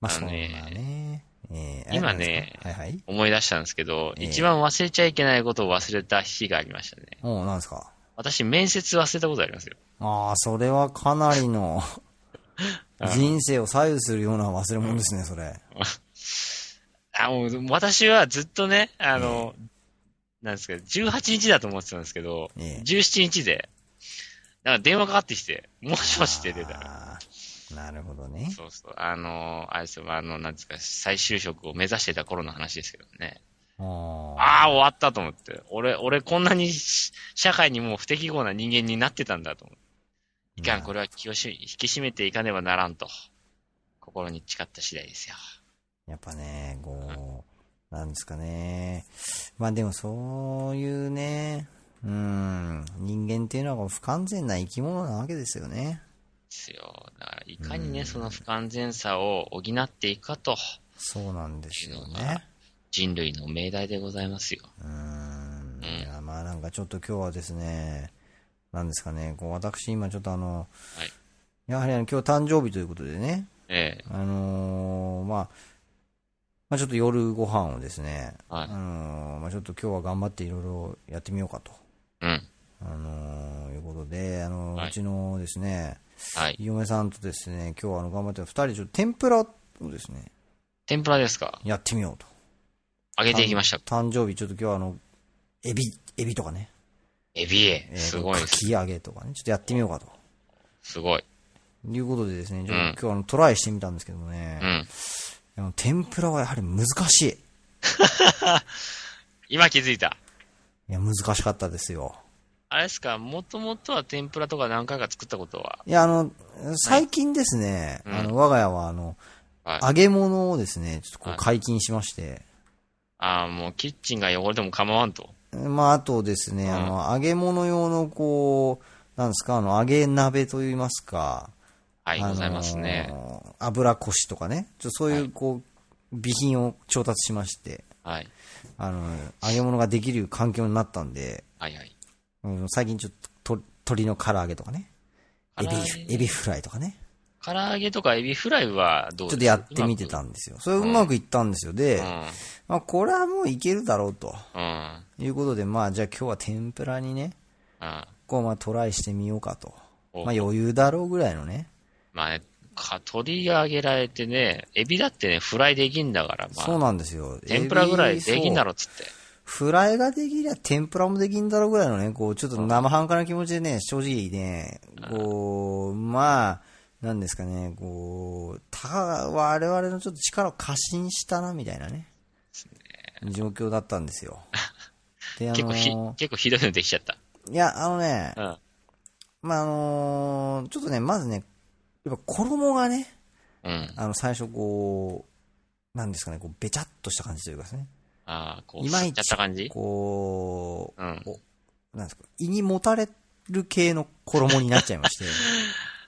S2: まあ、
S1: あ
S2: そ
S1: の
S2: うだ
S1: ね
S2: ね。えー
S1: 今ね
S2: あれなんですか
S1: 思い出したんですけど、
S2: ええ
S1: 一番忘れちゃいけないことを忘れた日がありましたね。
S2: はいはい。おう、なんですか。
S1: 私、面接忘れたことありますよ。
S2: ああ、それはかな
S1: <laughs>
S2: りの人生を左右するような忘れ物ですね、それ。
S1: あもう私はずっとね、あの、なんですけど、18日だと思ってたんですけど、
S2: ええ
S1: 17日で、なんか電話かかってきて、もし <laughs> もしって出たら。
S2: あーなるほどね。
S1: そうそう。あのー、あれですよ、あの、なんですか、再就職を目指してた頃の話ですけどね。
S2: あ
S1: ああ、終わったと思って。俺、俺こんなにし社会にもう不適合な人間になってたんだと思って。いかん、これは気をし引き締めていかねばならんと、心に誓った次第ですよ。
S2: あ。やっぱね、こう、なんですかね。まあでもそういうね、うん、人間っていうのはこう不完全な生き物なわけですよね。
S1: ですよ。だから、いかにね、その不完全さを補っていくかと、
S2: そうなんですよ
S1: いいのか
S2: ね
S1: な。人類の命題でございますよ。
S2: うーんいやまあなんかちょっと今日はですね、なんですかね、こう私今ちょっとあの、
S1: はい
S2: やはりあの今日誕生日ということでね、
S1: ええ
S2: あのーまあ、まあちょっと夜ご飯をですね、
S1: はい
S2: あのーまあちょっと今日は頑張っていろいろやってみようかと、
S1: うん。
S2: あのーいうことで、あのー
S1: はいう
S2: ちのですね、
S1: はい。
S2: 嫁さんとですね、今日はあの頑張って二人でちょっと天ぷらをですね、
S1: 天ぷらですか
S2: やってみようと。
S1: 揚げていきました。
S2: 誕生日ちょっと今日はあの、エビ、エビとかね、
S1: エビエ
S2: え。ー
S1: すごい
S2: か
S1: です。
S2: き揚げとかね、ちょっとやってみようかと。
S1: すごい。
S2: いうことでですね、ちょ
S1: う
S2: っと
S1: ん
S2: 今日あのトライしてみたんですけどもね
S1: う、ん。
S2: あの天ぷらはやはり難しい。
S1: 今気づいた。
S2: いや、難しかったですよ。
S1: あれですか、もともとは天ぷらとか何回か作ったことは、
S2: いや、あの、最近ですね、
S1: うん
S2: あの、我が家はあの、
S1: はい、
S2: 揚げ物をですね、ちょっとこう
S1: はい
S2: 解禁しまして、
S1: ああ、もうキッチンが汚れても構わんと。
S2: まあ、あとですね、あの、揚げ物用のこう、なんですか、あの、揚げ鍋といいますか、
S1: はい、
S2: あの
S1: ございますね。
S2: 油こしとかね、ちょっとそういうこう、備品を調達しまして、
S1: はい。
S2: あの、揚げ物ができる環境になったんで、
S1: はいはい。
S2: うん、最近ちょっとと鶏の唐揚げとかねエビ
S1: 唐揚げ
S2: エビフライとかね
S1: 唐揚げとかエビフライはどう
S2: ちょ
S1: です
S2: っ
S1: か
S2: とやってみてたんですよそれうまくいったんですよで、
S1: う
S2: まあ、これはもういけるだろうと
S1: ん。うん。
S2: いうことでまあじゃあ今日は天ぷらにね
S1: うん。
S2: こうまあトライしてみようかと
S1: お
S2: まあ余裕だろうぐらいのね
S1: まあね、か取り上げられてね、エビだってね、フライできんだから、ま
S2: そう
S1: あ、
S2: なんですよ
S1: 天ぷらぐらい
S2: エビ
S1: できんだ
S2: そう
S1: ろっつって。
S2: フライができりゃ天ぷらもできんだろうぐらいのねこうちょっと生半可な気持ちでね正直ねこうまあなんですかねこうたか我々のちょっと力を過信したなみたいなね状況だったんです
S1: <laughs>
S2: よであ
S1: 結構ひ
S2: の、
S1: 結構ひどいのできちゃった。
S2: いやあのね
S1: うん。
S2: まああのちょっとねまずねやっぱ衣がね
S1: うん。
S2: あの最初こうなんですかねこうべちゃっとした感じというかですね
S1: ああ、こう、
S2: いま
S1: 吸
S2: い
S1: っちゃっ
S2: ち
S1: た感じ
S2: こう、
S1: うん
S2: おなんですか、胃にもたれる系の衣になっちゃいまして。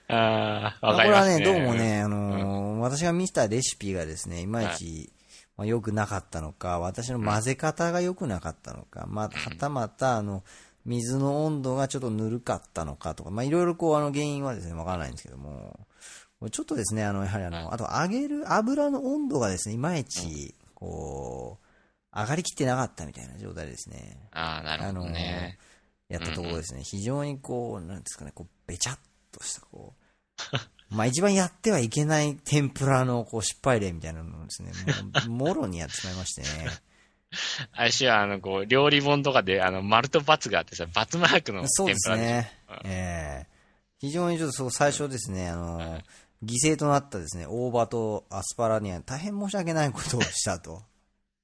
S1: ああ、
S2: ま
S1: わ
S2: あこ
S1: かり
S2: れ
S1: ま
S2: は
S1: す
S2: ね、
S1: ね。
S2: どうもね、あのー私が見せたレシピがですね、いまいち、まあ、良くなかったのか、私の混ぜ方が良くなかったのか、まあ、はたまた、あの、水の温度がちょっとぬるかったのかとか、まあ、いろいろこう、あの、原因はですね、わからないんですけども、ちょっとですね、あの、やはりあの、あと揚げる油の温度がですね、いまいち、こう、上がりきってなかったみたいな状態ですね。
S1: ああ、なるほどね。
S2: やったところですね、非常にこう、なんですかね、こう、べちゃっとした、こう、 <laughs> まあ一番やってはいけない天ぷらのこう失敗例みたいなのをですね、もうもろにやってしまいましてね。
S1: <laughs> あれしは、あの、こう、料理本とかで、あの、丸と×があってさ、×マークの
S2: そう
S1: 天
S2: で
S1: ぷ
S2: す
S1: らでしょ。
S2: ね。ええ非常にちょっとそう最初ですね、あの、犠牲となったですね、大葉とアスパラには大変申し訳ないことをしたと。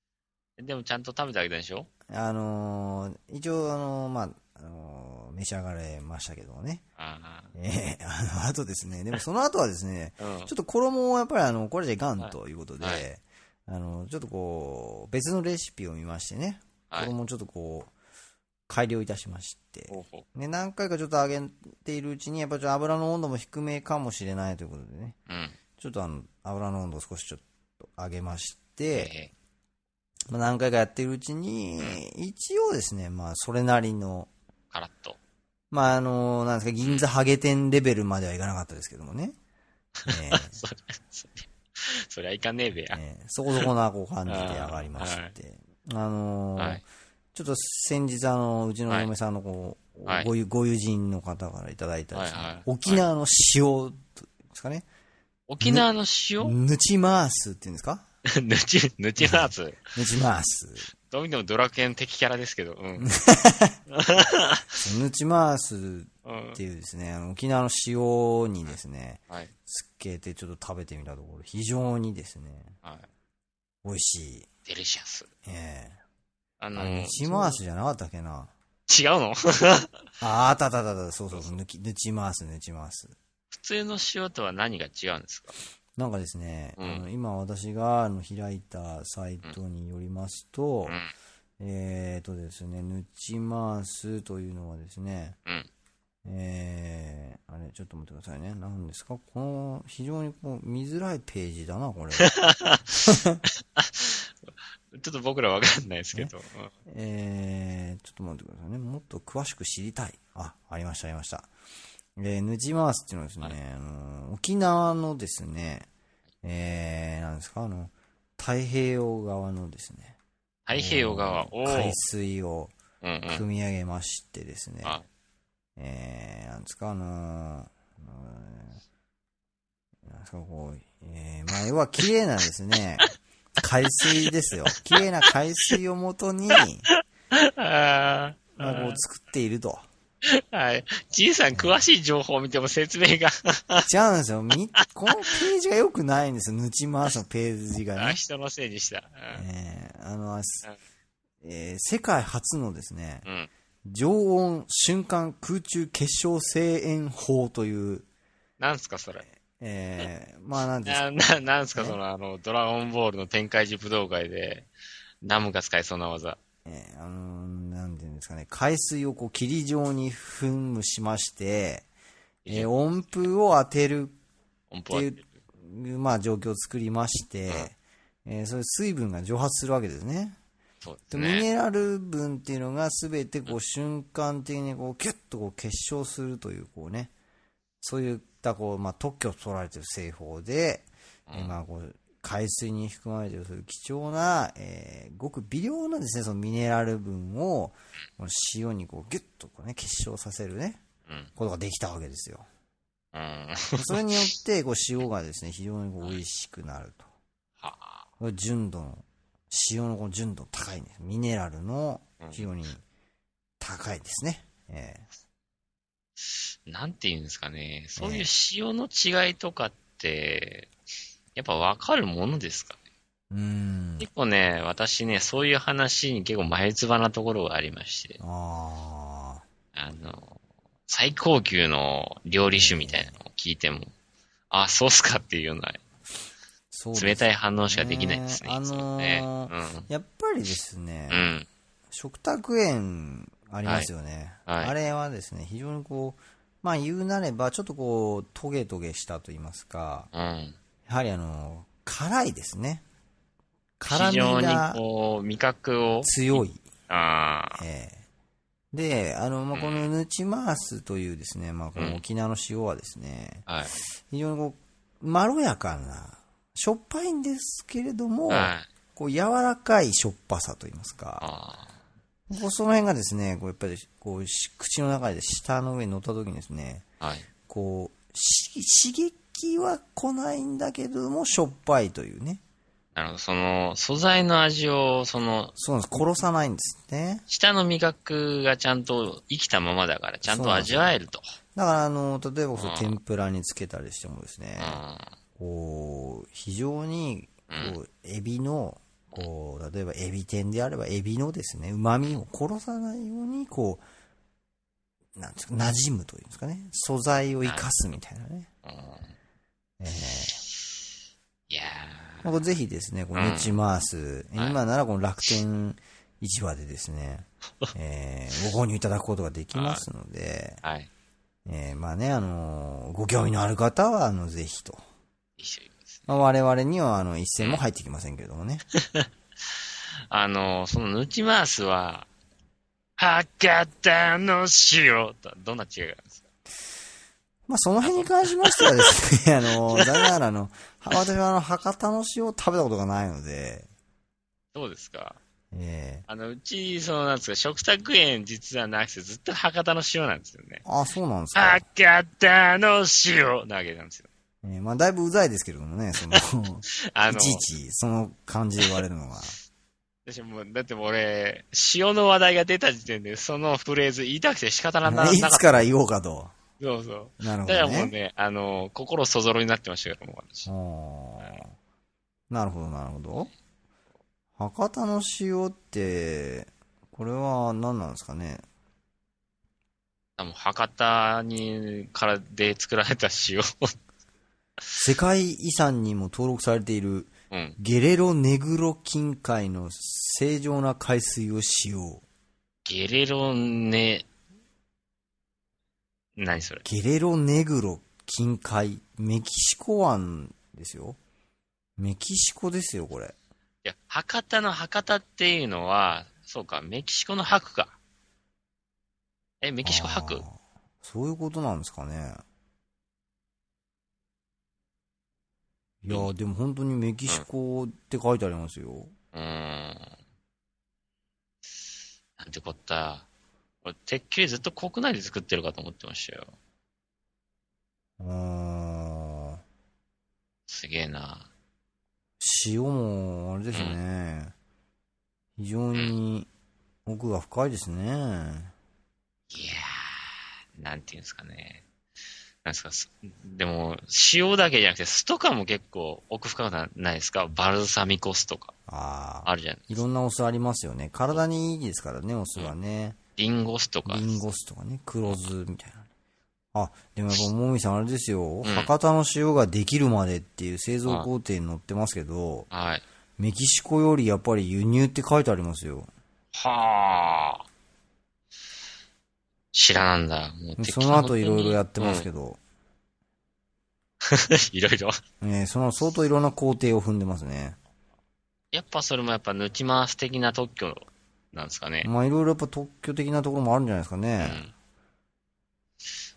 S2: <laughs>
S1: でも、ちゃんと食べてあげたでしょ
S2: あのー一応、あのーまあ、あのー召し上がれましたけどもね。
S1: あ
S2: ええあの、あとですね、でもその後はですね、
S1: あ。うん
S2: ちょっと衣をやっぱりあの、これじゃいかんということで、
S1: はいは
S2: あの、ちょっとこう、別のレシピを見ましてね、
S1: はい
S2: 衣をちょっとこう、改良いたしまして、
S1: ほうほ
S2: ね、何回かちょっと揚げているうちに、やっぱちょっと油の温度も低めかもしれないということでね、
S1: う。うん。
S2: ちょっとあの、油の温度を少しちょっと上げまし
S1: え
S2: て、
S1: え。
S2: まあ、何回かやっているうちに、一応ですね、まあ、それなりの、
S1: カラッと。
S2: まあ、あの、なんですか、銀座ハゲ店レベルまではいかなかったですけど
S1: <laughs>
S2: もね、ね
S1: そりゃ、そりゃそりゃいかねえべや。
S2: ええそこそこなこう感じで上がりまして、
S1: <laughs>
S2: あのー
S1: はい
S2: ちょっと先日、あのうちのお嫁さんのこう、
S1: はい
S2: ご友ご友人の方からいただいたですね、
S1: はいはい
S2: 沖縄の塩ですかね、
S1: 沖縄の塩
S2: ぬち回すっていうんですか、
S1: ぬち、ぬちハーツ。
S2: ぬちまー
S1: <laughs>
S2: す。
S1: どう見てもドラクエの敵キャラですけど、うん。
S2: そのぬちまーす
S1: うん
S2: っ。ていうですね、あの沖縄の塩にですね、
S1: はい。
S2: つけてちょっと食べてみたところ、非常にですね、
S1: は
S2: 美味しい。
S1: い。デリシャス。
S2: え
S1: あ
S2: え
S1: の
S2: あれ、
S1: ー
S2: ぬちまーすじゃなかったっけな。
S1: 違うの <laughs>
S2: あ、あったあったあったあった、そうそうそう、ぬきぬちまーす、ぬちまーす。
S1: 普通の塩とは何が違うんですか
S2: なんかですね、
S1: うん
S2: あの今私があの開いたサイトによりますと、えっ、とですね、ぬちまーすというのはですね、
S1: うん
S2: えー、あれ、ちょっと待ってくださいね。何ですかこの、非常にこう、見づらいページだな、これ。
S1: うん。ちょっと僕らわかんないですけど。うん
S2: えー、ちょっと待ってくださいね。もっと詳しく知りたい。あ、ありました、ありました。えー、ヌジマースっていうのはですね、あのー沖縄のですね、えー、なんですか、あの、太平洋側のですね、
S1: 太平洋側、おー
S2: 海水を
S1: うんうん。
S2: 組み上げましてですね、
S1: あ、
S2: えー、なんですか、あのーうんなんですか、こう、えー、まあ、要は綺麗なで
S1: <laughs>
S2: すね、海水ですよ。綺麗な海水をも
S1: <laughs>
S2: とに、
S1: あ
S2: まあ、こう作っていると。
S1: ーはい。じいさん、詳しい情報を見ても説明が、
S2: 違うんですよ。み、このページが良くないんですよ。ぬち回すのページが
S1: あ <laughs>
S2: ね。
S1: 人のせいにした。
S2: えー、あの、あすえー世界初のですね、
S1: うん。うん
S2: 常温瞬間空中結晶声援法という、
S1: なんすか、それ。
S2: えー、まあなんです
S1: な、な、なんすか、その、あの、ドラゴンボールの展開時武道会で、ナムが使えそうな技。
S2: えーあのーなんていうんですかね、海水をこう霧状に噴霧しまして、えー温風を当てる
S1: 音
S2: っ
S1: 符は
S2: ていう、まあ、状況を作りまして、えーそういう水分が蒸発するわけですね。
S1: そうです
S2: でミ
S1: ね。
S2: ネラル分っていうのが全てこう瞬間的にこうキュッとこう結晶するというこうねそういったこう、まあ、特許を取られてる製法で、えーまあ、こう海水に含まれているそういう貴重な、えーごく微量なですねそのミネラル分をこの塩にこうギュッとこう、ね、結晶させるね
S1: うん
S2: ことができたわけですよ
S1: うん。は
S2: それによってこう塩がですね非常にこう美味しくなると
S1: あ
S2: これ純度の、塩のこの純度高いんです。ミネラルの
S1: うん
S2: 非常に高いですね。え
S1: なんて言うんですかね。そういう塩の違いとかって、やっぱわかるものですかね。
S2: えうーん。
S1: 結構ね、私ね、そういう話に結構前つばなところがありまして、
S2: あ
S1: あの、最高級の料理酒みたいなのを聞いても、あ、そうっすかっていうような、
S2: ーそうです
S1: 冷たい反応しかできないですね。
S2: ねあのー
S1: いつもね
S2: やっぱりですね、
S1: うん。うん。
S2: 食卓園ありますよね、
S1: はいはい
S2: あれはですね、非常にこう、まあ言うなれば、ちょっとこう、トゲトゲしたと言いますか、
S1: うん。
S2: やはりあの、辛いですね。辛
S1: 非
S2: み
S1: 常に
S2: が
S1: こう、味覚を、
S2: 強い。
S1: ああ、
S2: ええで、あの、まあ、このヌチマースというですね、まあ、こ
S1: うん
S2: の沖縄の塩はですね、
S1: はい。
S2: 非常にこう、まろやかな、しょっぱいんですけれども、
S1: はい。
S2: こう、柔らかいしょっぱさといいますか、
S1: あ
S2: こうその辺がですね、こう、やっぱり、こう、し口の中で舌の上に乗った時にですね、
S1: あ、はい。
S2: こう、し刺激は来ないんだけども、しょっぱいというね、
S1: なるほど。その、素材の味を、その、
S2: そうなんです、殺さないんですね。
S1: 下の味覚がちゃんと生きたままだから、ちゃんと味わえると。
S2: だから、あの、例えばそうう、
S1: ん
S2: 天ぷらにつけたりしてもですね、
S1: うん。
S2: こう、非常に、こう、エビの、こう、例えばエビ天であれば、エビのですね、旨味を殺さないように、こう、なんですか、馴染むというんですかね、素材を生かすみたいなね。え
S1: いや
S2: ーこれぜひですね、こう、
S1: うん
S2: ネチマース、
S1: はい
S2: 今ならこの楽天市場でですね、えーご購入いただくことができますので、
S1: ー、はい。
S2: えーまあね、あのーご興味のある方は、あの、ぜひと。
S1: 一緒にです
S2: まあ、我々には、あの、一銭も入ってきませんけれどもね。
S1: あの、その、ヌチマースは、博多の塩と、どんな違いがあるんですか
S2: まあ、その辺に関しましてはですね、あ <laughs> の、残念ながら、あの、は私はあの、博多の塩を食べたことがないので、
S1: どうですか
S2: ええ
S1: あの、うち、その、なんですか、食卓園実はなくて、ずっと博多の塩なんですよね。
S2: あ、そうなんですか。
S1: 博多の塩なわけなんですよ。
S2: えーまあ、だいぶうざいですけれどもね、その、
S1: <laughs> あ
S2: い
S1: の、
S2: ちいち、その感じで言われるのは。
S1: 私もう、だってもう俺、塩の話題が出た時点で、そのフレーズ言いたくて仕方なな
S2: <laughs> い
S1: なかっ
S2: つ
S1: た。
S2: から言おうかと。
S1: そうそう。
S2: なる
S1: だから
S2: ほど
S1: もう
S2: ね。
S1: ね、あの、心そぞろになってましたけども、私。
S2: おーなるほど、なるほど。博多の塩って、これは何なんですかね。
S1: あもう博多に、からで作られた塩。
S2: 世界遺産にも登録されている
S1: うん。
S2: ゲレロネグロ近海の正常な海水を使用。
S1: ゲレロネ、何それ
S2: ゲレロネグロ近海、メキシコ湾ですよ。メキシコですよ、これ。
S1: いや、博多の博多っていうのは、そうか、メキシコの博か。え、メ
S2: メ
S1: キシコ博
S2: そういうことなんですかね。いやーでも本当にメキシコって書いてありますよ。
S1: うーん。なんてこった。俺、てっきりずっと国内で作ってるかと思ってましたよ。
S2: うーん。
S1: すげえな。
S2: 塩も、あれですね。非常に奥が深いですね。
S1: いやー、なんていうんですかね。なんですか、すでも、塩だけじゃなくて、酢とかも結構奥深くなないですかバルサミコ酢とか、
S2: ああ。
S1: あるじゃない
S2: いろんなお酢ありますよね。体にいいですからね、お酢はね。
S1: リンゴ酢とか
S2: リ。ンゴ酢とかね、黒酢みたいなね。あ、でもやっぱ、もみさんあれですよ、
S1: ん
S2: 博多の塩ができるまでっていう製造工程に載ってますけど、
S1: はい。
S2: メキシコよりやっぱり輸入って書いてありますよ。
S1: はあ。知らなんだ。もう
S2: その後いろいろやってますけ
S1: ど。
S2: ど、
S1: うん <laughs> いろいろ。
S2: えーその相当いろんな工程を踏んでますね。
S1: やっぱそれもやっぱ抜き回す的な特許なんですかね。
S2: まあいろいろやっぱ特許的なところもあるんじゃないですかね。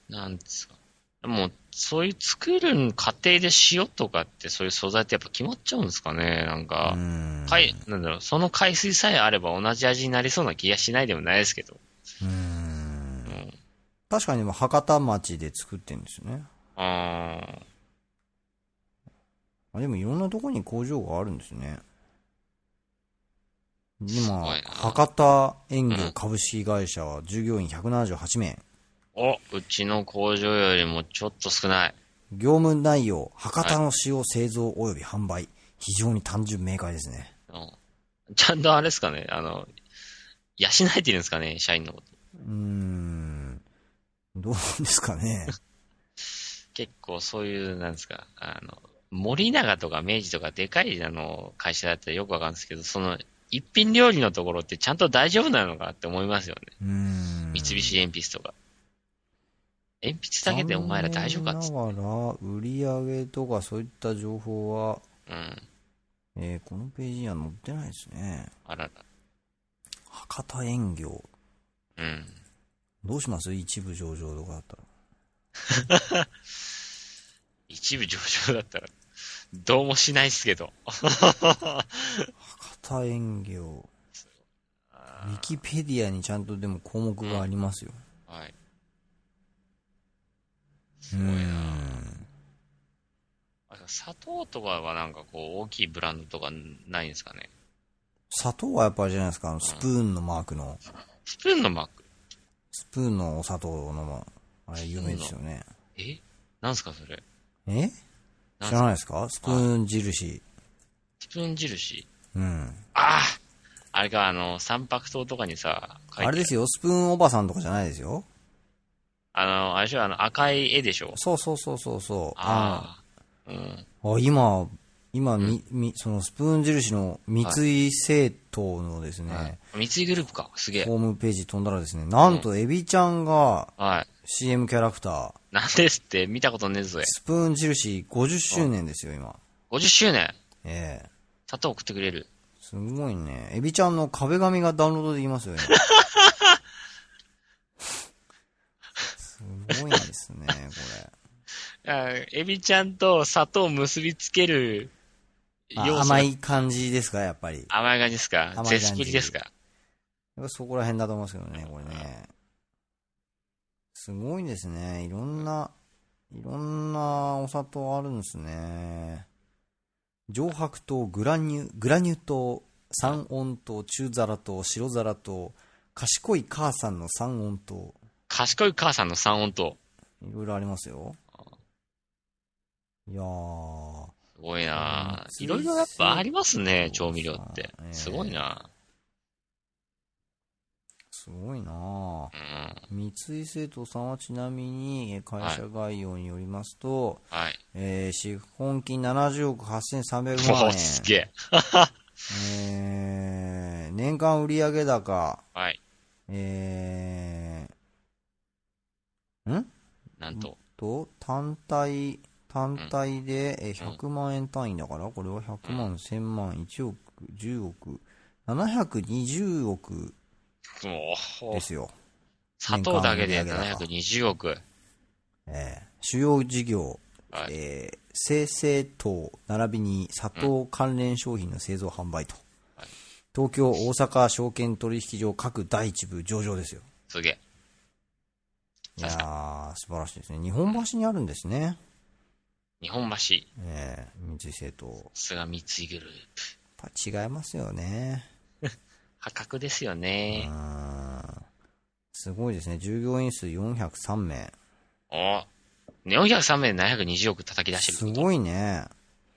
S1: なんですか。でも、そういう作る過程で塩とかってそういう素材ってやっぱ決まっちゃうんですかね。なん
S2: う
S1: か、
S2: ん。
S1: はい、なんだろう、その海水さえあれば同じ味になりそうな気がしないでもないですけど。
S2: うん。確かにでも博多町で作ってるんですよね。
S1: あー
S2: あでもいろんなとこに工場があるんですね。今
S1: ごい、な
S2: 博多園業株式会社は従業員178名。
S1: お、うちの工場よりもちょっと少ない。
S2: 業務内容、博多の塩製造及び販売。非常に単純明快ですね。
S1: うんちゃんとあれですかね、あの、養えてるんですかね、社員のこと。
S2: うーん。どうなんですかね。
S1: 結構そういう、なんですか、あの、森永とか明治とかでかいあの会社だったらよくわかるんですけど、その一品料理のところってちゃんと大丈夫なのかって思いますよね。
S2: うーん。
S1: 三菱鉛筆とか。鉛筆だけでお前ら大丈夫かっつっ
S2: 残
S1: て。
S2: 念ながら、売り上げとかそういった情報は、
S1: うん。
S2: えーこのページには載ってないですね。
S1: あら
S2: 博多園業。
S1: ら。うん。
S2: どうします一部上場とかだったら。
S1: 一部上場だったら、どうもしないっすけど。
S2: 博多園業。ウィキペディアにちゃんとでも項目がありますよ。
S1: はい。
S2: うーん。
S1: あ砂糖とかはなんかこう、大きいブランドとかないんですかね。
S2: 砂糖はやっぱあれじゃないですか、あのスプーンのマークの、
S1: スプーンのマーク。
S2: スプーンのお砂糖の、あれ有名ですよね。
S1: えなんすかそれ。
S2: え知らないですかスプーン印。
S1: スプーン印
S2: うん。
S1: あああれか、あの、三白糖とかにさ、書いて
S2: あれですよ、スプーンおばさんとかじゃないですよ。
S1: あの、あれでしょ、あの、赤い絵でしょ。
S2: そうそうそうそうそう。
S1: ああ。うん。
S2: あ。あ今、今、み、み、そのスプーン印の三井製糖のですね、
S1: 三井グループか。すげえ。
S2: ホームページ飛んだらですね、なんとエビちゃんが
S1: はい。
S2: CM キャラクター、
S1: なんですって、見たことねえぞ。
S2: スプーン印50周年ですよ、今。
S1: 50周年。
S2: ええ
S1: 砂糖送ってくれる。
S2: すごいね。エビちゃんの壁紙がダウンロードできますよ、今。すごいですね、こ
S1: あエビちゃんと砂糖を結びつける
S2: れ。あ
S1: 要素。
S2: 甘。い感じですか、やっぱり。やっ
S1: 甘い感じですか
S2: 甘い感じ
S1: 絶スプリですか
S2: ぱそこら辺だと思いますけどね、これね。すごいですね。いろんないろんなお砂糖あるんですね。上白糖、グラニュ、グラニュ糖、三温糖、中皿糖、白皿糖、賢い母さんの三温糖。
S1: 賢い母さんの三音と。
S2: いろいろありますよ。いやー。
S1: すごいな
S2: うん
S1: いろいろやっぱありますね、
S2: そう
S1: 調
S2: ですね
S1: 味料って。
S2: ええ
S1: すごいな
S2: すごいな
S1: う
S2: あ
S1: ん。は
S2: 三井製糖さんはちなみにえー会社概要によりますと、
S1: い。
S2: えー、資本金70億8300
S1: わ <laughs> お、
S2: 万円、
S1: すげえ。
S2: えー年間売上高、
S1: はい。
S2: えーん
S1: なんと。
S2: と単体単体でえー100万円単位だから、これは100万、1000万、1億、10億、720億
S1: もう
S2: で、すよ。
S1: 砂糖だけで
S2: 年間売上高
S1: 720億。
S2: えー主要事業、
S1: はい
S2: えー生成糖並びに砂糖関連商品の製造販売と、東京、大阪証券取引所各第一部上場ですよ。
S1: すげえ。
S2: いやー、素晴らしいですね。日本橋にあるんですね。
S1: 日本橋、さ
S2: えー、三井製糖。やっ
S1: すが三井グループ。
S2: ぱ違いますよね。
S1: 破格ですよ
S2: う
S1: ね。
S2: ーん。すごいですね。従業員数403名。
S1: お403名で720億叩き出して
S2: す
S1: る。
S2: ごいね。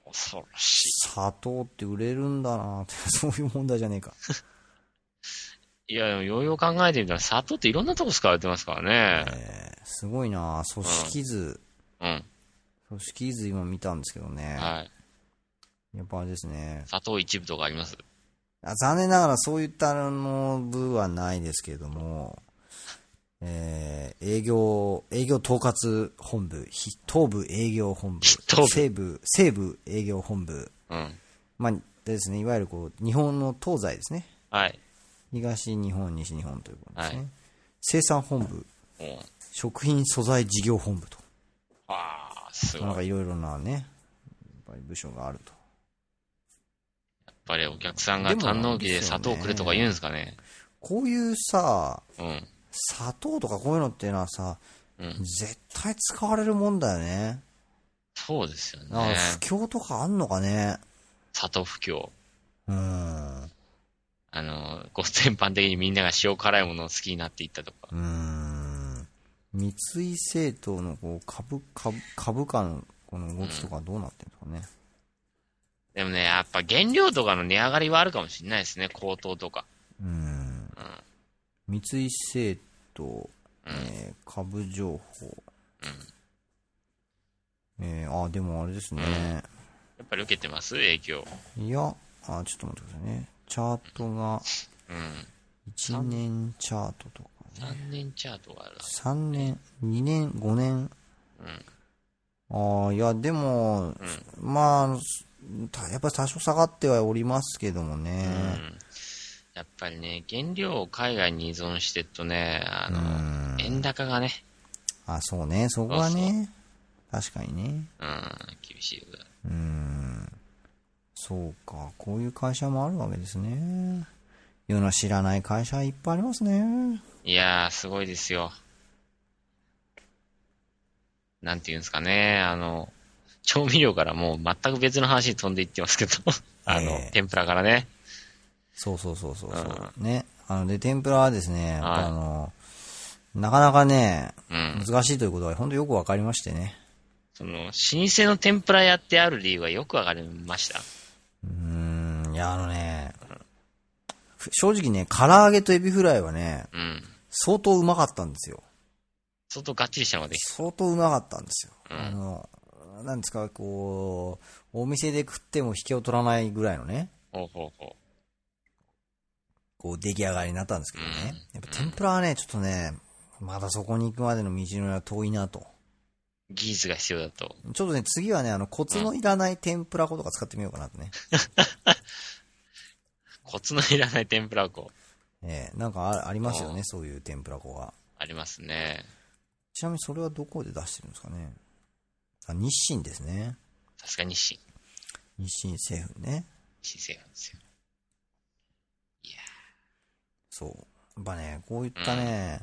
S1: 恐ろしい。
S2: 砂糖って売れるんだな <laughs> って、そういう問題じゃねえか。
S1: いや、でもようよう考えてみたら、砂糖っていろんなとこ使われてますからね。
S2: えーすごいな組織図。
S1: うん。
S2: 組織図今見たんですけどね。
S1: はい。
S2: やっぱあれですね。
S1: 砂糖一部とかあります。
S2: あ残念ながらそういったあの部はないですけれども、えー営業、営業統括本部、ひ東部営業本部、
S1: 東部
S2: 西部、西部営業本部、
S1: うん。
S2: まあ、ですね、いわゆるこう、日本の東西ですね。
S1: はい。
S2: 東日本、西日本ということですね。
S1: はい
S2: 生産本部、
S1: うん。
S2: 食品素材事業本部と。
S1: ああ、すごい。
S2: なん
S1: やっ
S2: かいろいろなね、やっぱり部署があると。
S1: ぱりお客さんが
S2: でも
S1: 堪能期で砂糖くれとか言うんですかね。
S2: こういうさ、
S1: うん。
S2: 砂糖とかこういうのっていうのはさ、
S1: うん
S2: 絶対使われるもんだよね。
S1: そうですよ
S2: なん
S1: ね
S2: か。不況とかあんのかね。
S1: 砂糖不況。
S2: うん。う
S1: あの、ご全般的にみんなが塩辛いものを好きになっていったとか。
S2: ーん。三井政党のこう株、株、株価のこの動きとかどうなってるんですかね。
S1: でもね、やっぱ原料とかの値上がりはあるかもしれないですね。高騰とか。
S2: うん。三井政党、えー株情報。えー、あ、でもあれですね。
S1: やっぱり受けてます影響。
S2: いや、あ、ちょっと待ってくださいね。チャートが、
S1: うん。
S2: 1年チャートとかね。
S1: 3年チャートがあるな。
S2: 3年、2年、5年。ああ、いや、でも、まあ、たやっぱり多少下がってはおりますけどもね。
S1: うんやっぱりね、原料を海外に依存してるとね、あ
S2: う
S1: の、
S2: ん
S1: 円高がね、
S2: あ、そうね、そこはね。確かにね。
S1: うん、厳しいよ。
S2: うん。そうか、こういう会社もあるわけですね。世の知らない会社いっぱいありますね。
S1: いやー、すごいですよ。なんていうんですかね、あの、調味料からもう全く別の話に飛んでいってますけど、あの、
S2: ええ
S1: 天ぷらからね。
S2: そうそうそうそうそう。ね。あの、で、天ぷらはですね、やっぱあの、なかなかね、
S1: うん。
S2: 難しいということが本当よくわかりましてね。
S1: その、老舗の天ぷら屋ってある理由はよくわかりました。
S2: うーん、いや、あのね、ふ正直ね、唐揚げとエビフライはね、
S1: うん。
S2: 相当うまかったんですよ。
S1: 相当がっちりしたのができ
S2: 相当うまかったんですよ。あの、なんですか、こう、お店で食っても引けを取らないぐらいのね、
S1: ほうほうほ
S2: こう、出来上がりになったんですけどね。やっぱ天ぷらはね、ちょっとね、まだそこに行くまでの道のりは遠いなと。
S1: う。技術が必要だと。
S2: ちょっとね、次はね、あの、コツのいらない天ぷら粉とか使ってみようかなとね。
S1: コツのいらない天ぷら粉、
S2: ええなんかあありますよね、そういう天ぷら粉が。
S1: ありますね。
S2: ちなみにそれはどこで出してるんですかねあ日清ですね。
S1: さすがに新、
S2: 日清製粉ね。
S1: 新鮮なんですよ。
S2: そう。やっぱね、 <laughs> こういったね、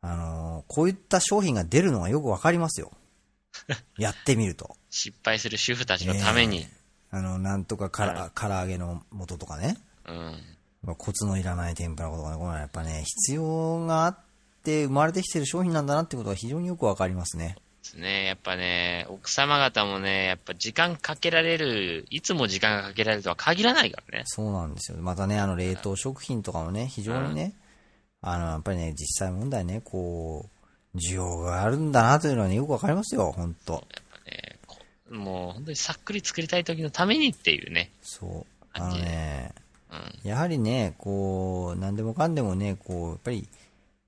S2: あのーこういった商品が出るのがよくわかりますよ。やってみると。
S1: 失敗する主婦たちのために。
S2: あの、なんとかから、唐揚げの素とかね。
S1: うん。
S2: まあコツのいらない天ぷら粉とかね、こういうのはやっぱね、必要があって生まれてきてる商品なんだなってことが非常によくわかりますね。
S1: ですね。やっぱね、奥様方もね、やっぱ時間かけられる、いつも時間がかけられるとは限らないからね。
S2: そうなんですよ。またね、あの、冷凍食品とかもね、非常にね、あの、やっぱりね、実際問題ね、こう、需要があるんだなというのはね、よくわかりますよ、ほんと。
S1: ねこもう本当にさっくり作りたい時のためにっていうね。
S2: そう。あ
S1: 感
S2: の
S1: じ
S2: ね、
S1: うん。
S2: やはりね、こう、何でもかんでもね、こう、やっぱり、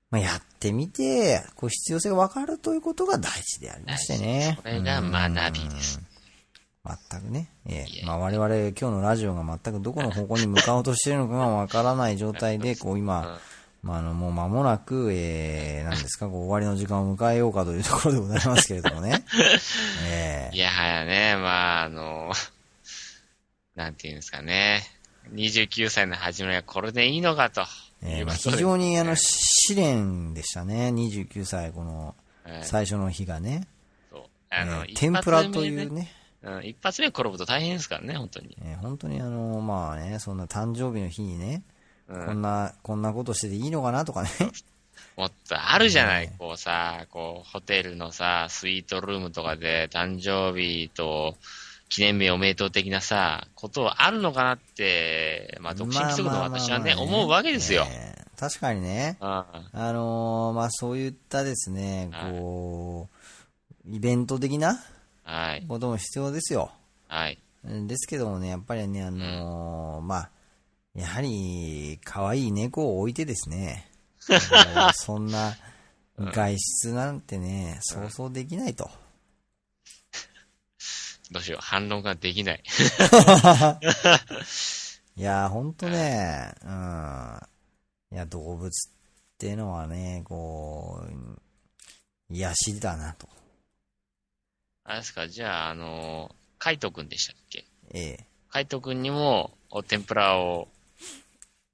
S2: まあ、やってみて、こう、必要性が分かるということが大事でありましてね。
S1: これが学びです。
S2: 全くね。え
S1: い
S2: え。
S1: え
S2: まあ、我々、今日のラジオが全くどこの方向に向かおうとしているのかが分からない状態で、こう、今、まあ、あの、もう間もなく、ええ、何ですか、こう、終わりの時間を迎えようかというところでございますけれど
S1: <laughs>
S2: もね。ええ。
S1: いやはやね、まあ、あの、 <laughs> なんていうんですかね。29歳の始まりがこれでいいのかと。
S2: え
S1: い
S2: ー
S1: う
S2: まあ
S1: こと
S2: 非
S1: で
S2: 常にあの試練でしたね、29歳、この
S1: はい
S2: 最初の日がね、
S1: そうあの、
S2: えー
S1: 一
S2: 天ぷらと
S1: 発目
S2: い
S1: ね
S2: うね、
S1: うん、一発目転ぶと大変ですからね、本当に。
S2: えー本当にあの、まあね、そんな誕生日の日にね、
S1: うん
S2: こんな、こんなことしてていいのかなとかね、
S1: もっとあるじゃない、
S2: ね
S1: こうさ、こう、ホテルのさ、スイートルームとかで誕生日と記念日おめでとう的なさ、ことはあるのかなって、まあ、独身貴族の私はね、
S2: まあまあまあまあ
S1: 思うわけですよ。
S2: えー確かにね、
S1: あ
S2: あのーまあそういったですね、こう、イベント的な
S1: あはい。
S2: ことも必要ですよ。
S1: はい。
S2: ですけどもね、やっぱりね、あのーまあ、やはり、可愛い猫を置いてで
S1: <laughs>
S2: すね、あのそんな外出なんてね、そうそうできないと。
S1: どうしよう。反論ができない。
S2: いやー、ほんとね、うん。いや、動物ってのはね、こう、癒しだなと。
S1: あれですか、じゃあ、あの、カイトくんでしたっけ
S2: ええ。
S1: カイトくんにも、お天ぷらを、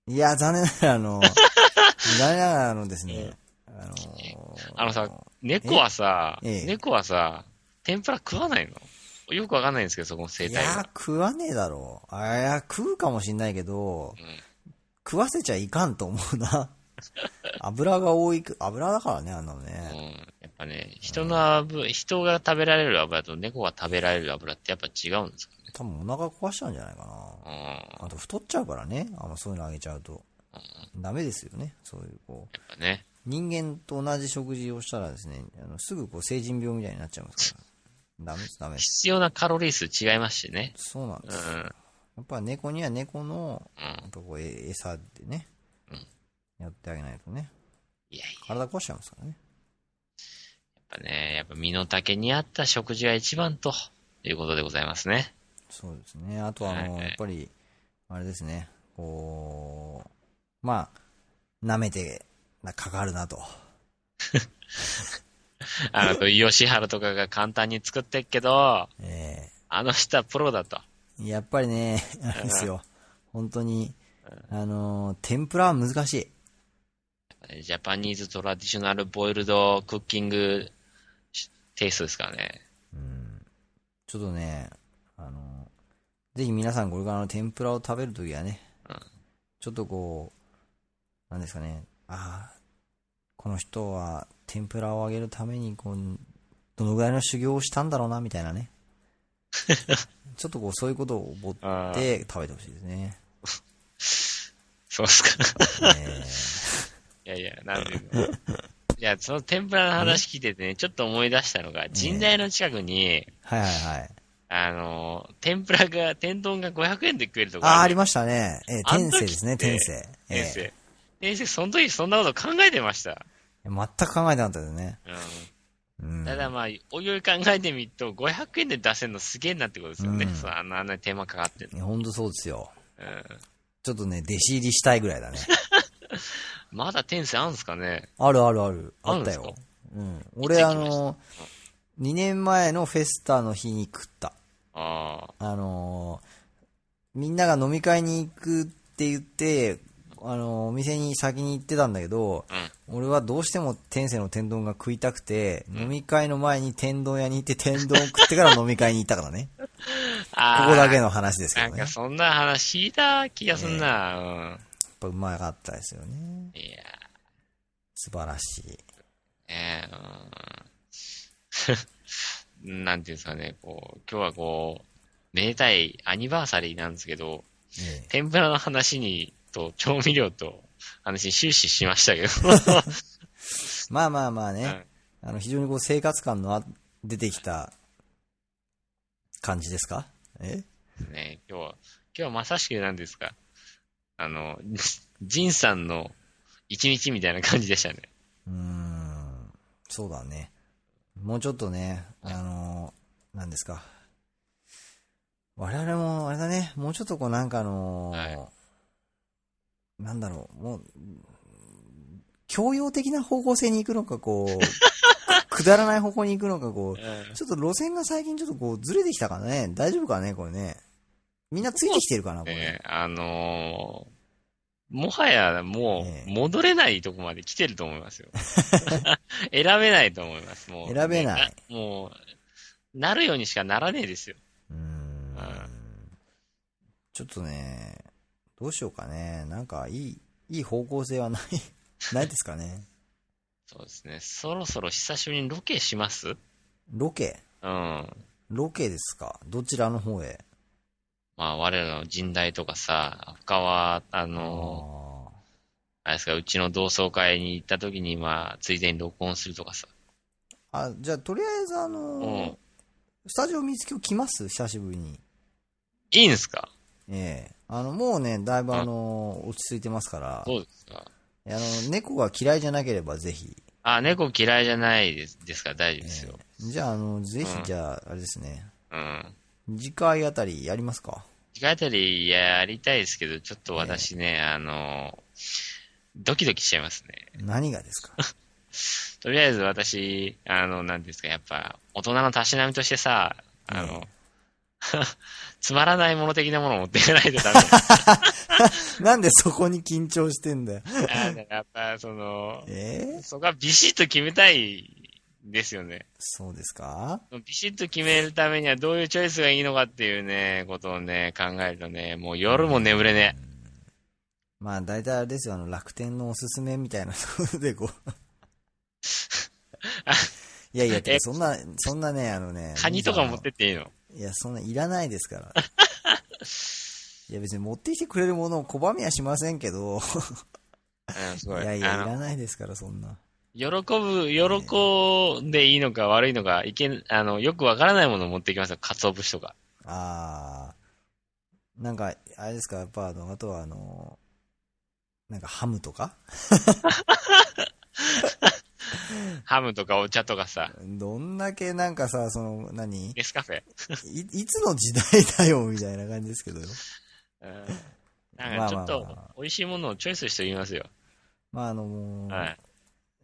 S2: いや、残念ながら、
S1: <laughs>
S2: あの、残念ながら、あのですね、あのー
S1: あのさ、猫はさ、
S2: ええ
S1: 猫はさ、天ぷら食わないのよくわかんないんですけど、そこの生
S2: い
S1: 態
S2: や
S1: が
S2: ー。食わねえだろう。あいや、食うかもしんないけど、食わせちゃいかんと思
S1: <laughs>
S2: うな。油が多いく、油だからね、あんなの
S1: うん
S2: ね。
S1: やっぱね、人の油、人が食べられる油と猫が食べられる油ってやっぱ違うんですか
S2: 多分お腹壊しちゃうんじゃないかな。
S1: ね。うん。
S2: あと太っちゃうからね、あの、そういうのあげちゃうと。ダメですよね、そういう、こう。
S1: やっぱね。
S2: 人間と同じ食事をしたらですね、あのすぐこう成人病みたいになっちゃいますから。
S1: <laughs>
S2: ダメです、ダメです。
S1: 必要なカロリー数違いますしね。
S2: そうなんで
S1: うん。
S2: す。
S1: うん。
S2: やっぱ猫には猫の、や
S1: い
S2: っぱこう、え餌でね、やってあげないとね、
S1: やいや、やっ
S2: 体壊しちゃいますからね。
S1: ぱね、やっぱ身の丈に合った食事が一番ということでございますね。
S2: そうですね。あとは、あの、
S1: はいはい
S2: やっぱり、あれですね、こう、まあ、舐めて、な、かかるなと。
S1: あの、 <laughs> 吉原とかが簡単に作ってっけど、
S2: え
S1: あの人はプロだと。
S2: えやっぱりね、あれですよ。本当に、あの、天ぷらは難しい。
S1: ジャパニーズトラディショナルボイルドクッキングテイストですからね。
S2: うん。ちょっとね、あの、ぜひ皆さんこれからの天ぷらを食べるときはね、
S1: うん
S2: ちょっとこう、なんですかね、ああ、この人は天ぷらをあげるために、こう、どのぐらいの修行をしたんだろうな、みたい
S1: <laughs>
S2: なね。ちょっとこう、そういうことを思って食べてほしいですね。
S1: そうっすか。い
S2: え
S1: やいや、なんていうの。いや、その天ぷらの話聞いててね、ちょっと思い出したのが、神代の近くに、
S2: ーはいはいはい。
S1: あの、天ぷらが、天丼が500円で食えるとこ
S2: ああ、あ
S1: あ
S2: り
S1: る
S2: ましたね。えー、
S1: あの
S2: 天
S1: 時
S2: 性ですね、
S1: って
S2: 天性。え
S1: 先生。先生、その時そんなこと考えてました。
S2: ー全く考えてなかったですね。
S1: う
S2: うん
S1: ん。。ただまあ、おいおい考えてみると、500円で出せるのすげえなってことですよね。
S2: うん
S1: そう、あんな、あんな手間かかってる
S2: い
S1: の。
S2: やほんとそうですよ。
S1: うん。
S2: ちょっとね、弟子入りしたいぐらいだね。 <laughs>
S1: まだ天性あるんですかね
S2: あるあるある。
S1: あ
S2: あ
S1: るん
S2: っ
S1: です
S2: た
S1: か
S2: よ。うん。俺、あの、2年前のフェスタの日に食った。
S1: あ
S2: あのー、みんなが飲み会に行くって言って、あの、お店に先に行ってたんだけど、俺はどうしても天性の天丼が食いたくて、飲み会の前に天丼屋に行って天丼を食ってから飲み会に行ったからね。こ
S1: <laughs> あー
S2: こだけの話ですけ
S1: な
S2: ど
S1: ん
S2: ね。や
S1: か
S2: っ
S1: そんな話聞いた気がすんな。
S2: ぱうまかったですよね。
S1: うん。いや
S2: 素晴らしい。
S1: ーねえ、うん。 <laughs> なんていうんですかね、こう、今日はこう、めでたいアニバーサリーなんですけど、
S2: え
S1: 天ぷらの話に、と、調味料と、話に終始しましたけど。 <laughs>
S2: えまあまあまあね、あの非常にこう生活感のあ出てきた感じですかえ
S1: ね、今日は、今日はまさしく何ですかあの、ジンさんの一日みたいな感じでしたね。
S2: うーん、そうだね。もうちょっとね、あの、なんですか。我々も、あれだね、もうちょっとこうなんかあの、
S1: はい
S2: なんだろう、もう、教養的な方向性に行くのか、こう、
S1: <laughs>
S2: くだらない方向に行くのか、こう、ちょっと路線が最近ちょっとこう、ずれてきたからね、大丈夫かね、これね。みんなついてきてるかな、これ。
S1: ねあのーもはやも
S2: え
S1: う
S2: え
S1: 戻れないとこまで来てると思いますよ。 <laughs> 選べないと思います。もう。
S2: 選べない
S1: ねあもう、なるようにしかならねえですよ。
S2: うーん
S1: うん
S2: ちょっとね、どうしようかね。なんか、いい、いい方向性はない、 <laughs> ないですかね。
S1: そうですね。そろそろ久しぶりにロケします
S2: ロケ
S1: うん。ま
S2: ロケですかどちらの方へ
S1: あ、我らの神代とかさ、他は、あのー
S2: あ
S1: あれですか、うちの同窓会に行った時に、まあ、ついでに録音するとかさ。
S2: あ。あ、じゃあ、とりあえず、あ
S1: う
S2: の
S1: ん。
S2: ースタジオ見つけを来ます久しぶりに。
S1: いいんすか
S2: ええあの、もうね、だいぶあのー落ち着いてますから、
S1: そうですか。
S2: あの、猫が嫌いじゃなければぜひ。
S1: あ、猫嫌いじゃないですですから大丈夫ですよ。
S2: じゃあ、あの、ぜ
S1: う
S2: ひ、
S1: ん
S2: じゃあ、あれですね、
S1: うん。
S2: 次回あたりやりますか
S1: 次回あたりやりたいですけど、ちょっと私ね、あの、ドキドキしちゃいますね。
S2: 何がですか
S1: とりあえず私、あの、なんていうんですか、やっぱ、大人のたしなみとしてさ、あの、 <laughs> つまらないもの的なものを持っていかないとダメ。
S2: なんでそこに緊張してんだよ。 <laughs>
S1: あだからやっぱ、その、
S2: えー
S1: そこはビシッと決めたいんですよね。
S2: そうですか
S1: ビシッと決めるためにはどういうチョイスがいいのかっていうね、ことをね、考えるとね、もう夜も眠れね
S2: まあ大体あれですよ、あの楽天のおすすめみたいなところでこ
S1: <laughs>
S2: う。いやいや、てか
S1: え
S2: そんな、そんなね、あのね
S1: え。。カニとか持っ
S2: い
S1: てっていいの
S2: いや、そんないらないですから。いや別に持ってきてくれるものを拒みはしませんけど、
S1: うん、す
S2: い
S1: ごい。
S2: やいや、い
S1: あ
S2: らないですから、そんな。
S1: の、喜ぶ、喜んでいいのか悪いのか、いけん、あの、よくわからないものを持ってきますよ。鰹節とか。
S2: あー。なんか、あれですか、やっぱあの、あとはあの、なんかハムとか
S1: ハムとかお茶とかさ、
S2: どんだけなんかさ、その、何
S1: ネスカフェ。
S2: いいつの時代だよみたいな感じですけど。
S1: うん。なんかちょっ
S2: まあまあ
S1: と
S2: まあ、
S1: 美味しいものをチョイスしてみますよ。
S2: まあ、あの、もう
S1: はい。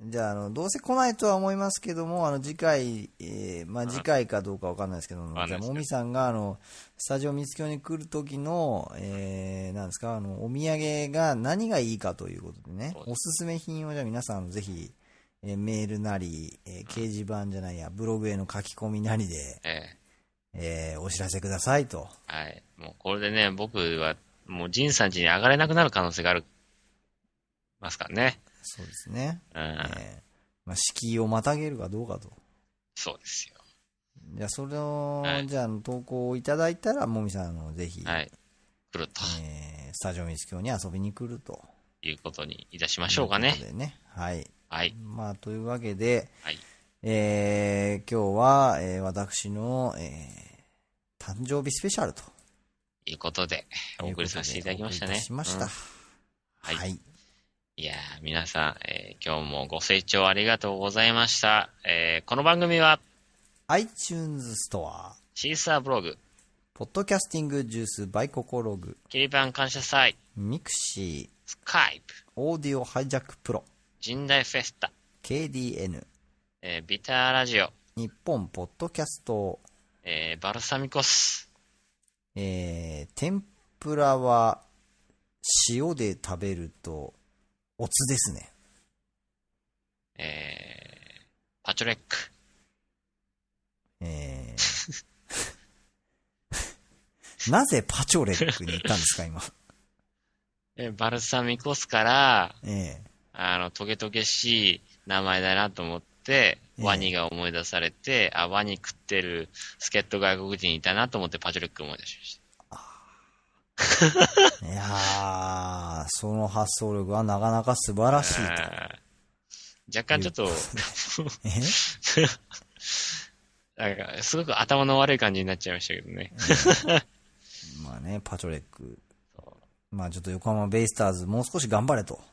S2: じゃあ、あの、どうせ来ないとは思いますけども、あの、次回、えーまあ、次回かどうかわかんないですけども
S1: わ、かん
S2: じ
S1: ない
S2: ゃあ、
S1: ですけど
S2: もみさんが、あの、スタジオ三つ京に来る時の、えー、なんですか、あの、お土産が何がいいかということでね
S1: そう、で
S2: おすすめ品を、じゃあ皆さん、あのぜひ、えーメールなり、えー掲示板じゃないや、ブログへの書き込みなりで、
S1: え
S2: えーお知らせくださいと。
S1: えはい。もうこれでね、僕は、もうジンさん家に上がれなくなる可能性がある、ますからね。
S2: そうですね。
S1: うん。
S2: えーまあ、敷居をまたげるかどうかと。
S1: そうですよ。
S2: じゃあ、それを、
S1: はい
S2: じゃああの、投稿をいただいたら、もみさん、あの、ぜひ、
S1: はい。来ると
S2: えースタジオミス教に遊びに来ると。
S1: いうことにいたしましょうかね
S2: とい。ことでね。はい。
S1: はい。
S2: まあ、というわけで、
S1: はい。
S2: えー今日は、えー私の、えー誕生日スペシャルと
S1: いうことで、お送りさせていただきました
S2: お送
S1: ね。
S2: りいしました。
S1: うんはい
S2: はい。
S1: いやー皆さん、えー今日もご清聴ありがとうございました。えーこの番組は、
S2: iTunes ストア、
S1: シーサーブログ、
S2: ポッドキャスティングジュースバイココログ、
S1: キリパン感謝祭、
S2: ミクシ
S1: スカイプ、
S2: ー、オーディオハイジャックプロ、
S1: 神代フェスタ、
S2: KDN、
S1: えービターラジオ、
S2: 日本ポッドキャスト、
S1: えーバルサミコス、
S2: えー天ぷらは塩で食べると、おつですね。
S1: えー、パチョレック。
S2: えー <laughs> なぜパチョレックに行ったんですか、今。
S1: え、バルサミコ酢から、
S2: え
S1: あの、トゲトゲしい名前だなと思って、
S2: ええ
S1: ワニが思い出されて、あ、ワニ食ってる助っ人外国人いたなと思ってパチョレック思い出しました。
S2: えいやー、その発想力はなかなか素晴らしいと。
S1: あー <laughs> 若干ちょっと、
S2: え
S1: <laughs> なんか、すごく頭の悪い感じになっちゃいましたけどね。
S2: まあね、パチョレック。まあちょっと横浜ベイスターズもう少し頑張れと。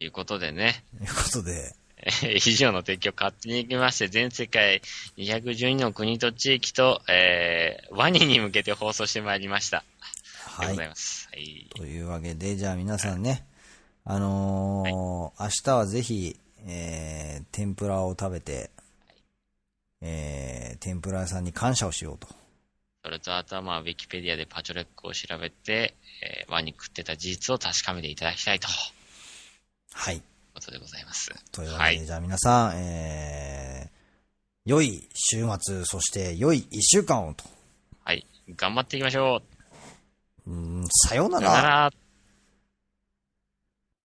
S1: ということでね、 <laughs>
S2: いうことで、
S1: えー以上の提供を勝手に行きまして、全世界212の国と地域と、えー、ワニに向けて放送してまいりました。ありがと
S2: は
S1: うござ
S2: い。
S1: います。はい。
S2: というわけで、じゃあ皆さんね、あのー明日はぜひ、えー、天ぷらを食べて、えー、天ぷら屋さんに感謝をしようと。
S1: それと、あとは、まあ、ウィキペディアでパチョレックを調べて、えーワニ食ってた事実を確かめていただきたいという
S2: はい。
S1: ことでございます。
S2: というわけで、
S1: はい。
S2: じゃあ皆さん、えー、良い週末、そして良い一週間をと。
S1: はい。頑張っていきましょ
S2: うん、さよう
S1: う。さよなら。